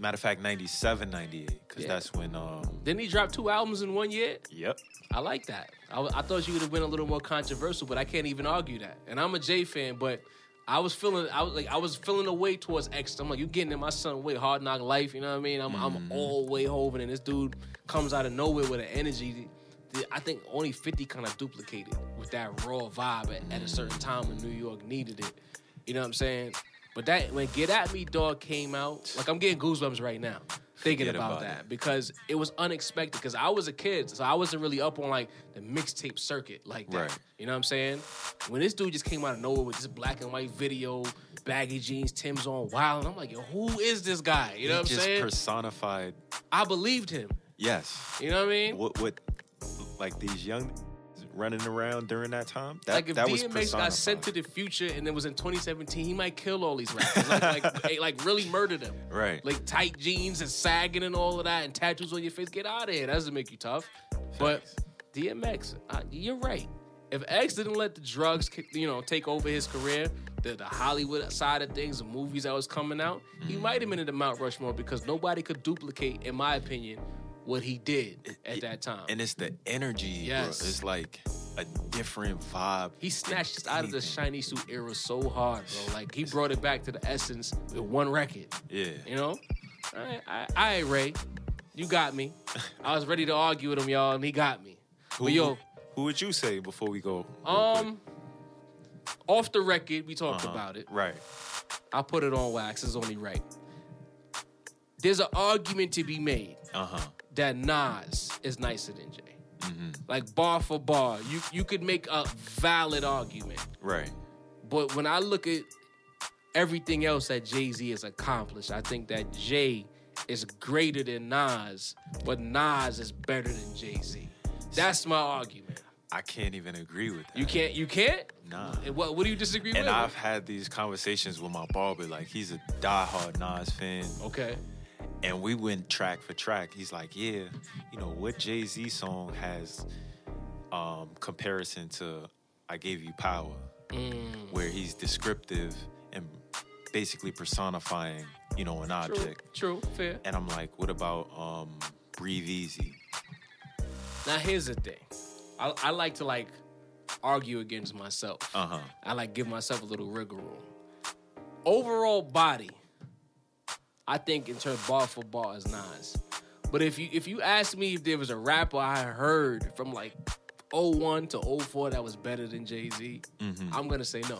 Speaker 3: Matter of fact, 97, 98, because
Speaker 2: Mm. Yeah.
Speaker 3: that's when, um,
Speaker 2: Then he dropped two albums in one year.
Speaker 3: yep.
Speaker 2: I like that. I, I thought you would have been a little more controversial, but I can't even argue that. And I'm a Jay fan, but I was feeling, I was like, I was feeling the way towards X. I'm like, you getting in my son way hard knock life. You know what I mean? I'm, I'm all way hovering, and this dude comes out of nowhere with an energy. That I think only 50 kind of duplicated with that raw vibe at, at a certain time when New York needed it. You know what I'm saying? But that when Get At Me Dog came out, like I'm getting goosebumps right now thinking
Speaker 3: Forget
Speaker 2: about,
Speaker 3: about
Speaker 2: that
Speaker 3: it.
Speaker 2: because it was unexpected. Because I was a kid, so I wasn't really up on like the mixtape circuit like that.
Speaker 3: Right.
Speaker 2: You know what I'm saying? When this dude just came out of nowhere with this black and white video, baggy jeans, Tim's on, wild, and I'm like, yo, who is this guy? You know what
Speaker 3: he
Speaker 2: I'm
Speaker 3: just
Speaker 2: saying?
Speaker 3: personified,
Speaker 2: I believed him.
Speaker 3: yes.
Speaker 2: You know what I mean?
Speaker 3: What, what, like these young running around during that time? That,
Speaker 2: like if
Speaker 3: that
Speaker 2: DMX got sent to
Speaker 3: personified.
Speaker 2: the future and it was in 2017, he might kill all these rappers. like, like, like, like really murder them.
Speaker 3: Right.
Speaker 2: Like tight jeans and sagging and all of that and tattoos on your face. Get out of here. That doesn't make you tough. But DMX, I, uh, you're right. If X didn't let the drugs, ki- you know, take over his career, the, the Hollywood side of things, the movies that was coming out, he
Speaker 3: Mm-hmm.
Speaker 2: might have been in the Mount Rushmore because nobody could duplicate, in my opinion, what he did at that time.
Speaker 3: And it's the energy,
Speaker 2: Yes.
Speaker 3: bro. It's like a different vibe.
Speaker 2: He
Speaker 3: than
Speaker 2: snatched us out of the
Speaker 3: anything.
Speaker 2: shiny suit era so hard, bro. Like he brought it back to the essence with one record.
Speaker 3: Yeah.
Speaker 2: You know? All right, all right, all right, Ray. You got me. I was ready to argue with him, y'all, and he got me.
Speaker 3: Who,
Speaker 2: but yo,
Speaker 3: who would you say before we go? real
Speaker 2: um,
Speaker 3: Uh-huh.
Speaker 2: off the record, we talked about it.
Speaker 3: quick? right.
Speaker 2: I put it on wax. It's only right. there's an argument to be made
Speaker 3: Uh huh.
Speaker 2: that Nas is nicer than Jay.
Speaker 3: Mm-hmm.
Speaker 2: Like bar for bar, you you could make a valid argument.
Speaker 3: Right.
Speaker 2: But when I look at everything else that Jay Z has accomplished, I think that Jay is greater than Nas, but Nas is better than Jay Z. That's my argument.
Speaker 3: I can't even agree with that.
Speaker 2: You can't. You can't.
Speaker 3: Nah.
Speaker 2: And What What do you disagree
Speaker 3: And
Speaker 2: with?
Speaker 3: I've had these conversations with my barber. Like he's a diehard Nas fan,
Speaker 2: okay.
Speaker 3: and we went track for track. He's like, yeah, you know what Jay Z song has um, comparison to "I Gave You Power,"
Speaker 2: Mm.
Speaker 3: where he's descriptive and basically personifying, you know, an object.
Speaker 2: True. Fair.
Speaker 3: And I'm like, what about um, "Breathe Easy"?
Speaker 2: Now here's the thing. I, I like to like argue against myself.
Speaker 3: Uh huh.
Speaker 2: I like give myself a little wiggle room. Overall body, I think in terms of bar for bar is Nas. But if you if you ask me if there was a rapper I heard from like 01 to 04 that was better than Jay Z, am gonna say no.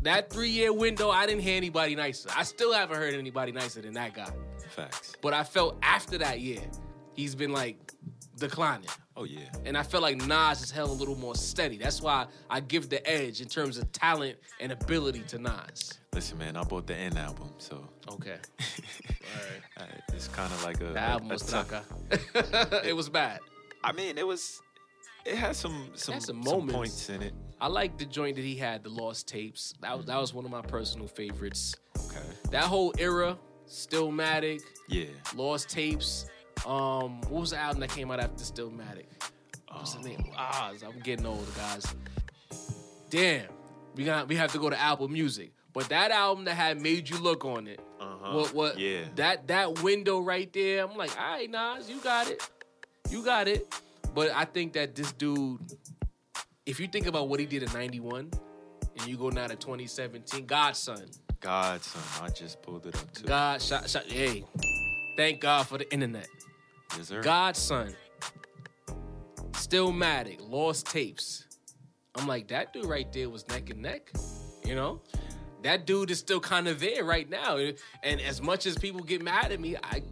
Speaker 2: That three year window, I didn't hear anybody nicer. I still haven't heard anybody nicer than that guy.
Speaker 3: Facts.
Speaker 2: But I felt after that year, he's been like declining.
Speaker 3: Oh yeah.
Speaker 2: And I felt like Nas is held a little more steady. That's why I give the edge in terms of talent and ability to Nas.
Speaker 3: Listen, man, I bought the N album, so
Speaker 2: Okay.
Speaker 3: uh, it's kind of like a.
Speaker 2: The album
Speaker 3: a, a
Speaker 2: was
Speaker 3: tough-
Speaker 2: Tanaka. it was bad.
Speaker 3: I mean, it was. It had some some,
Speaker 2: Had some
Speaker 3: some
Speaker 2: moments.
Speaker 3: points in it.
Speaker 2: I like the joint that he had, the Lost Tapes. That was, that was one of my personal favorites.
Speaker 3: Okay.
Speaker 2: That whole era, Stillmatic,
Speaker 3: Yeah.
Speaker 2: Lost Tapes. Um, what was the album that came out after Stillmatic? What's the name? Ah, I'm getting old, guys. Damn, we got we have to go to Apple Music. But that album that had made you look on it,
Speaker 3: Uh-huh.
Speaker 2: what what
Speaker 3: Yeah.
Speaker 2: that that window right there. I'm like, all right, Nas, you got it, you got it. But I think that this dude, if you think about what he did in '91, and you go now to 2017, Godson,
Speaker 3: Godson, I just pulled it up too.
Speaker 2: God, shot, shot, hey, thank God for the internet.
Speaker 3: Yes, sir.
Speaker 2: Godson, Stillmatic, Lost Tapes. I'm like, that dude right there was neck and neck, you know? That dude is still kind of there right now. And as much as people get mad at me, I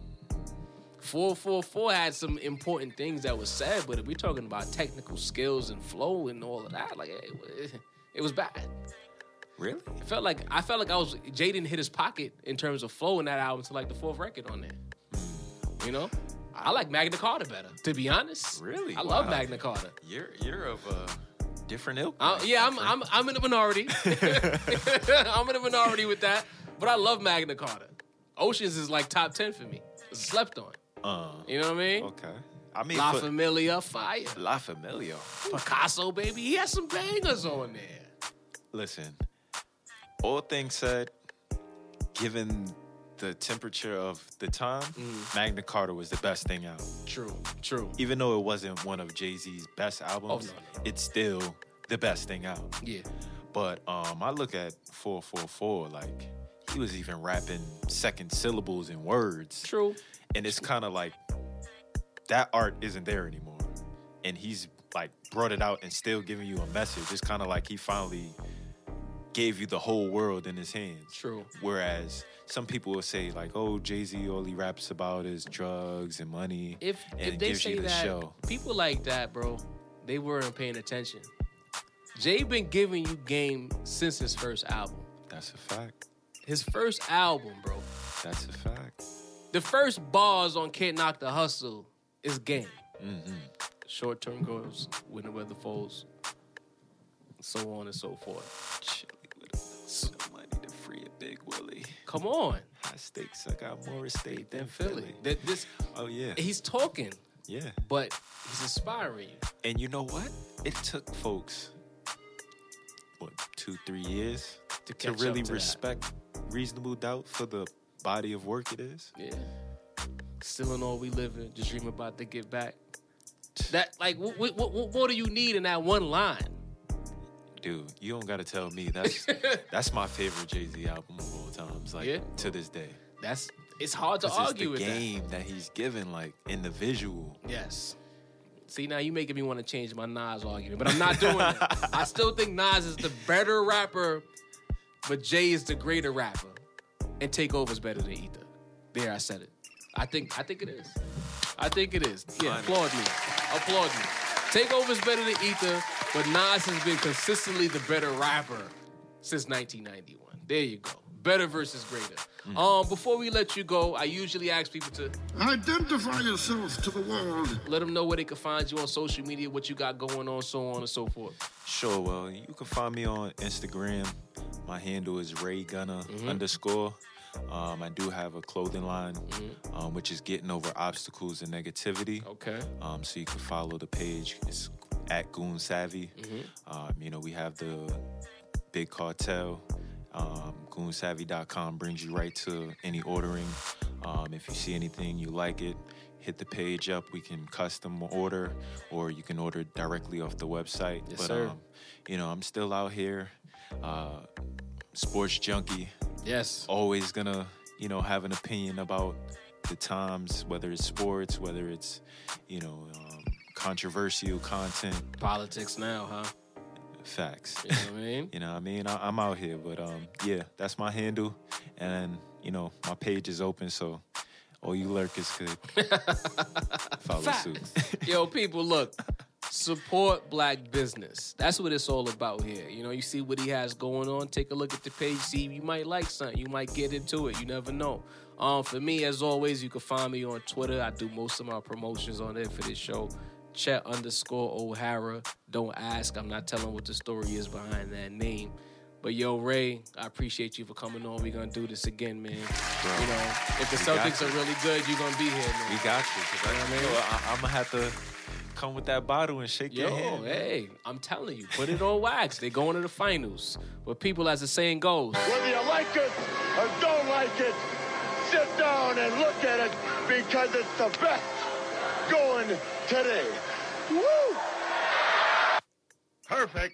Speaker 2: 444 had some important things that was said, but if we're talking about technical skills and flow and all of that, like it, it was bad.
Speaker 3: Really?
Speaker 2: It felt like I felt like I was Jay didn't hit his pocket in terms of flow in that album to like the fourth record on there. You know? I like Magna Carta better, to be honest.
Speaker 3: Really?
Speaker 2: I love
Speaker 3: Wow.
Speaker 2: Magna Carta.
Speaker 3: You're you're of a different ilk.
Speaker 2: I,
Speaker 3: man,
Speaker 2: Uh, yeah,
Speaker 3: my
Speaker 2: I'm,
Speaker 3: friend.
Speaker 2: I'm I'm in a minority. I'm in a minority with that, but I love Magna Carta. Oceans is like top ten for me. It's slept on.
Speaker 3: Uh,
Speaker 2: You know what I mean?
Speaker 3: okay. I mean,
Speaker 2: La
Speaker 3: for-
Speaker 2: Familia, Fire,
Speaker 3: La Familia.
Speaker 2: Picasso, baby. He has some bangers on there.
Speaker 3: Listen, all things said, given the temperature of the time,
Speaker 2: Mm.
Speaker 3: Magna Carta was the best thing out.
Speaker 2: True, true.
Speaker 3: Even though it wasn't one of Jay Z's best albums,
Speaker 2: Oh, no, no, no.
Speaker 3: it's still the best thing out.
Speaker 2: Yeah,
Speaker 3: But um, I look at 444, like, he was even rapping second syllables in words.
Speaker 2: true.
Speaker 3: And it's kind of like that art isn't there anymore. And he's like brought it out and still giving you a message. It's kind of like he finally gave you the whole world in his hands.
Speaker 2: True.
Speaker 3: Whereas some people will say, like, oh, Jay Z, all he raps about is drugs and money.
Speaker 2: if
Speaker 3: and
Speaker 2: if they
Speaker 3: gives
Speaker 2: say
Speaker 3: you the
Speaker 2: that
Speaker 3: show.
Speaker 2: people like that, bro, they weren't paying attention. Jay been giving you game since his first album.
Speaker 3: That's a fact.
Speaker 2: His first album, bro.
Speaker 3: That's a fact.
Speaker 2: The first bars on Can't Knock the Hustle is game.
Speaker 3: Mm-hmm.
Speaker 2: Short term goals, when the weather folds, so on and so forth.
Speaker 3: Chili with some money to free a big Willie.
Speaker 2: Come on,
Speaker 3: High stakes, I got more estate than
Speaker 2: Philly.
Speaker 3: Philly.
Speaker 2: That this
Speaker 3: Oh yeah,
Speaker 2: he's talking,
Speaker 3: yeah.
Speaker 2: but he's inspiring you.
Speaker 3: And you know what? It took folks what two, three years to,
Speaker 2: catch
Speaker 3: really
Speaker 2: up to that.
Speaker 3: respect reasonable doubt for the body of work it is.
Speaker 2: Yeah. Still in all we live in, just dream about to get back. That like, what, what, what, more do you need in that one line?
Speaker 3: Dude, you don't gotta tell me. That's that's my favorite Jay Z album of all times. Like
Speaker 2: Yeah.
Speaker 3: to this day.
Speaker 2: That's it's hard to
Speaker 3: 'Cause It's
Speaker 2: argue
Speaker 3: the
Speaker 2: with
Speaker 3: game that. he's given, like in the visual.
Speaker 2: that. Yes. See now you making me want to change my Nas argument, but I'm not doing it. I still think Nas is the better rapper, but Jay is the greater rapper, and Takeover's better than Ether. There, I said it. I think I think it is. I think it is. Yeah, applaud me. Applaud me. Takeover's better than Ether, but Nas has been consistently the better rapper since 1991. There you go. Better versus greater. Um, before we let you go, I usually ask people to
Speaker 5: Identify yourself to the world.
Speaker 2: let them know where they can find you on social media, what you got going on, so on and so forth.
Speaker 3: Sure. Well, you can find me on Instagram. My handle is Ray Gunner underscore. Um, I do have a clothing line, um, which is getting over obstacles and negativity.
Speaker 2: Okay.
Speaker 3: Um, so you can follow the page. It's at Goon Savvy. Um, you know, we have the Big Cartel. Um, GoonSavvy.com brings you right to any ordering. Um, if you see anything, you like it, hit the page up. We can custom order, or you can order directly off the website. Yes,
Speaker 2: sir.
Speaker 3: Um, you know, I'm still out here, uh, sports junkie
Speaker 2: Yes.
Speaker 3: always gonna you know have an opinion about the times whether it's sports whether it's you know um, controversial content
Speaker 2: Politics now, huh?
Speaker 3: facts
Speaker 2: You know what I mean?
Speaker 3: you know what i mean I, i'm out here but um yeah that's my handle and you know my page is open so all you lurkers could follow suit
Speaker 2: Yo, people, look, support black business. That's what it's all about here. You know, you see what he has going on. Take a look at the page. See, you might like something. You might get into it. You never know. Um, for me, as always, you can find me on Twitter. I do most of my promotions on there for this show. Chet underscore O'Hara. Don't ask. I'm not telling what the story is behind that name. But yo, Ray, I appreciate you for coming on. We're gonna do this again, man. you know, if the
Speaker 3: got
Speaker 2: Celtics are
Speaker 3: you.
Speaker 2: really good, you're gonna be here, man.
Speaker 3: we got you 'cause I,
Speaker 2: mean?
Speaker 3: am gonna have to come with that bottle and shake
Speaker 2: Yo,
Speaker 3: your hand man.
Speaker 2: hey, I'm telling you, put it on wax. They're going to the finals. But people, as the saying goes,
Speaker 6: Whether you like it or don't like it, sit down and look at it because it's the best going today. Woo! Perfect.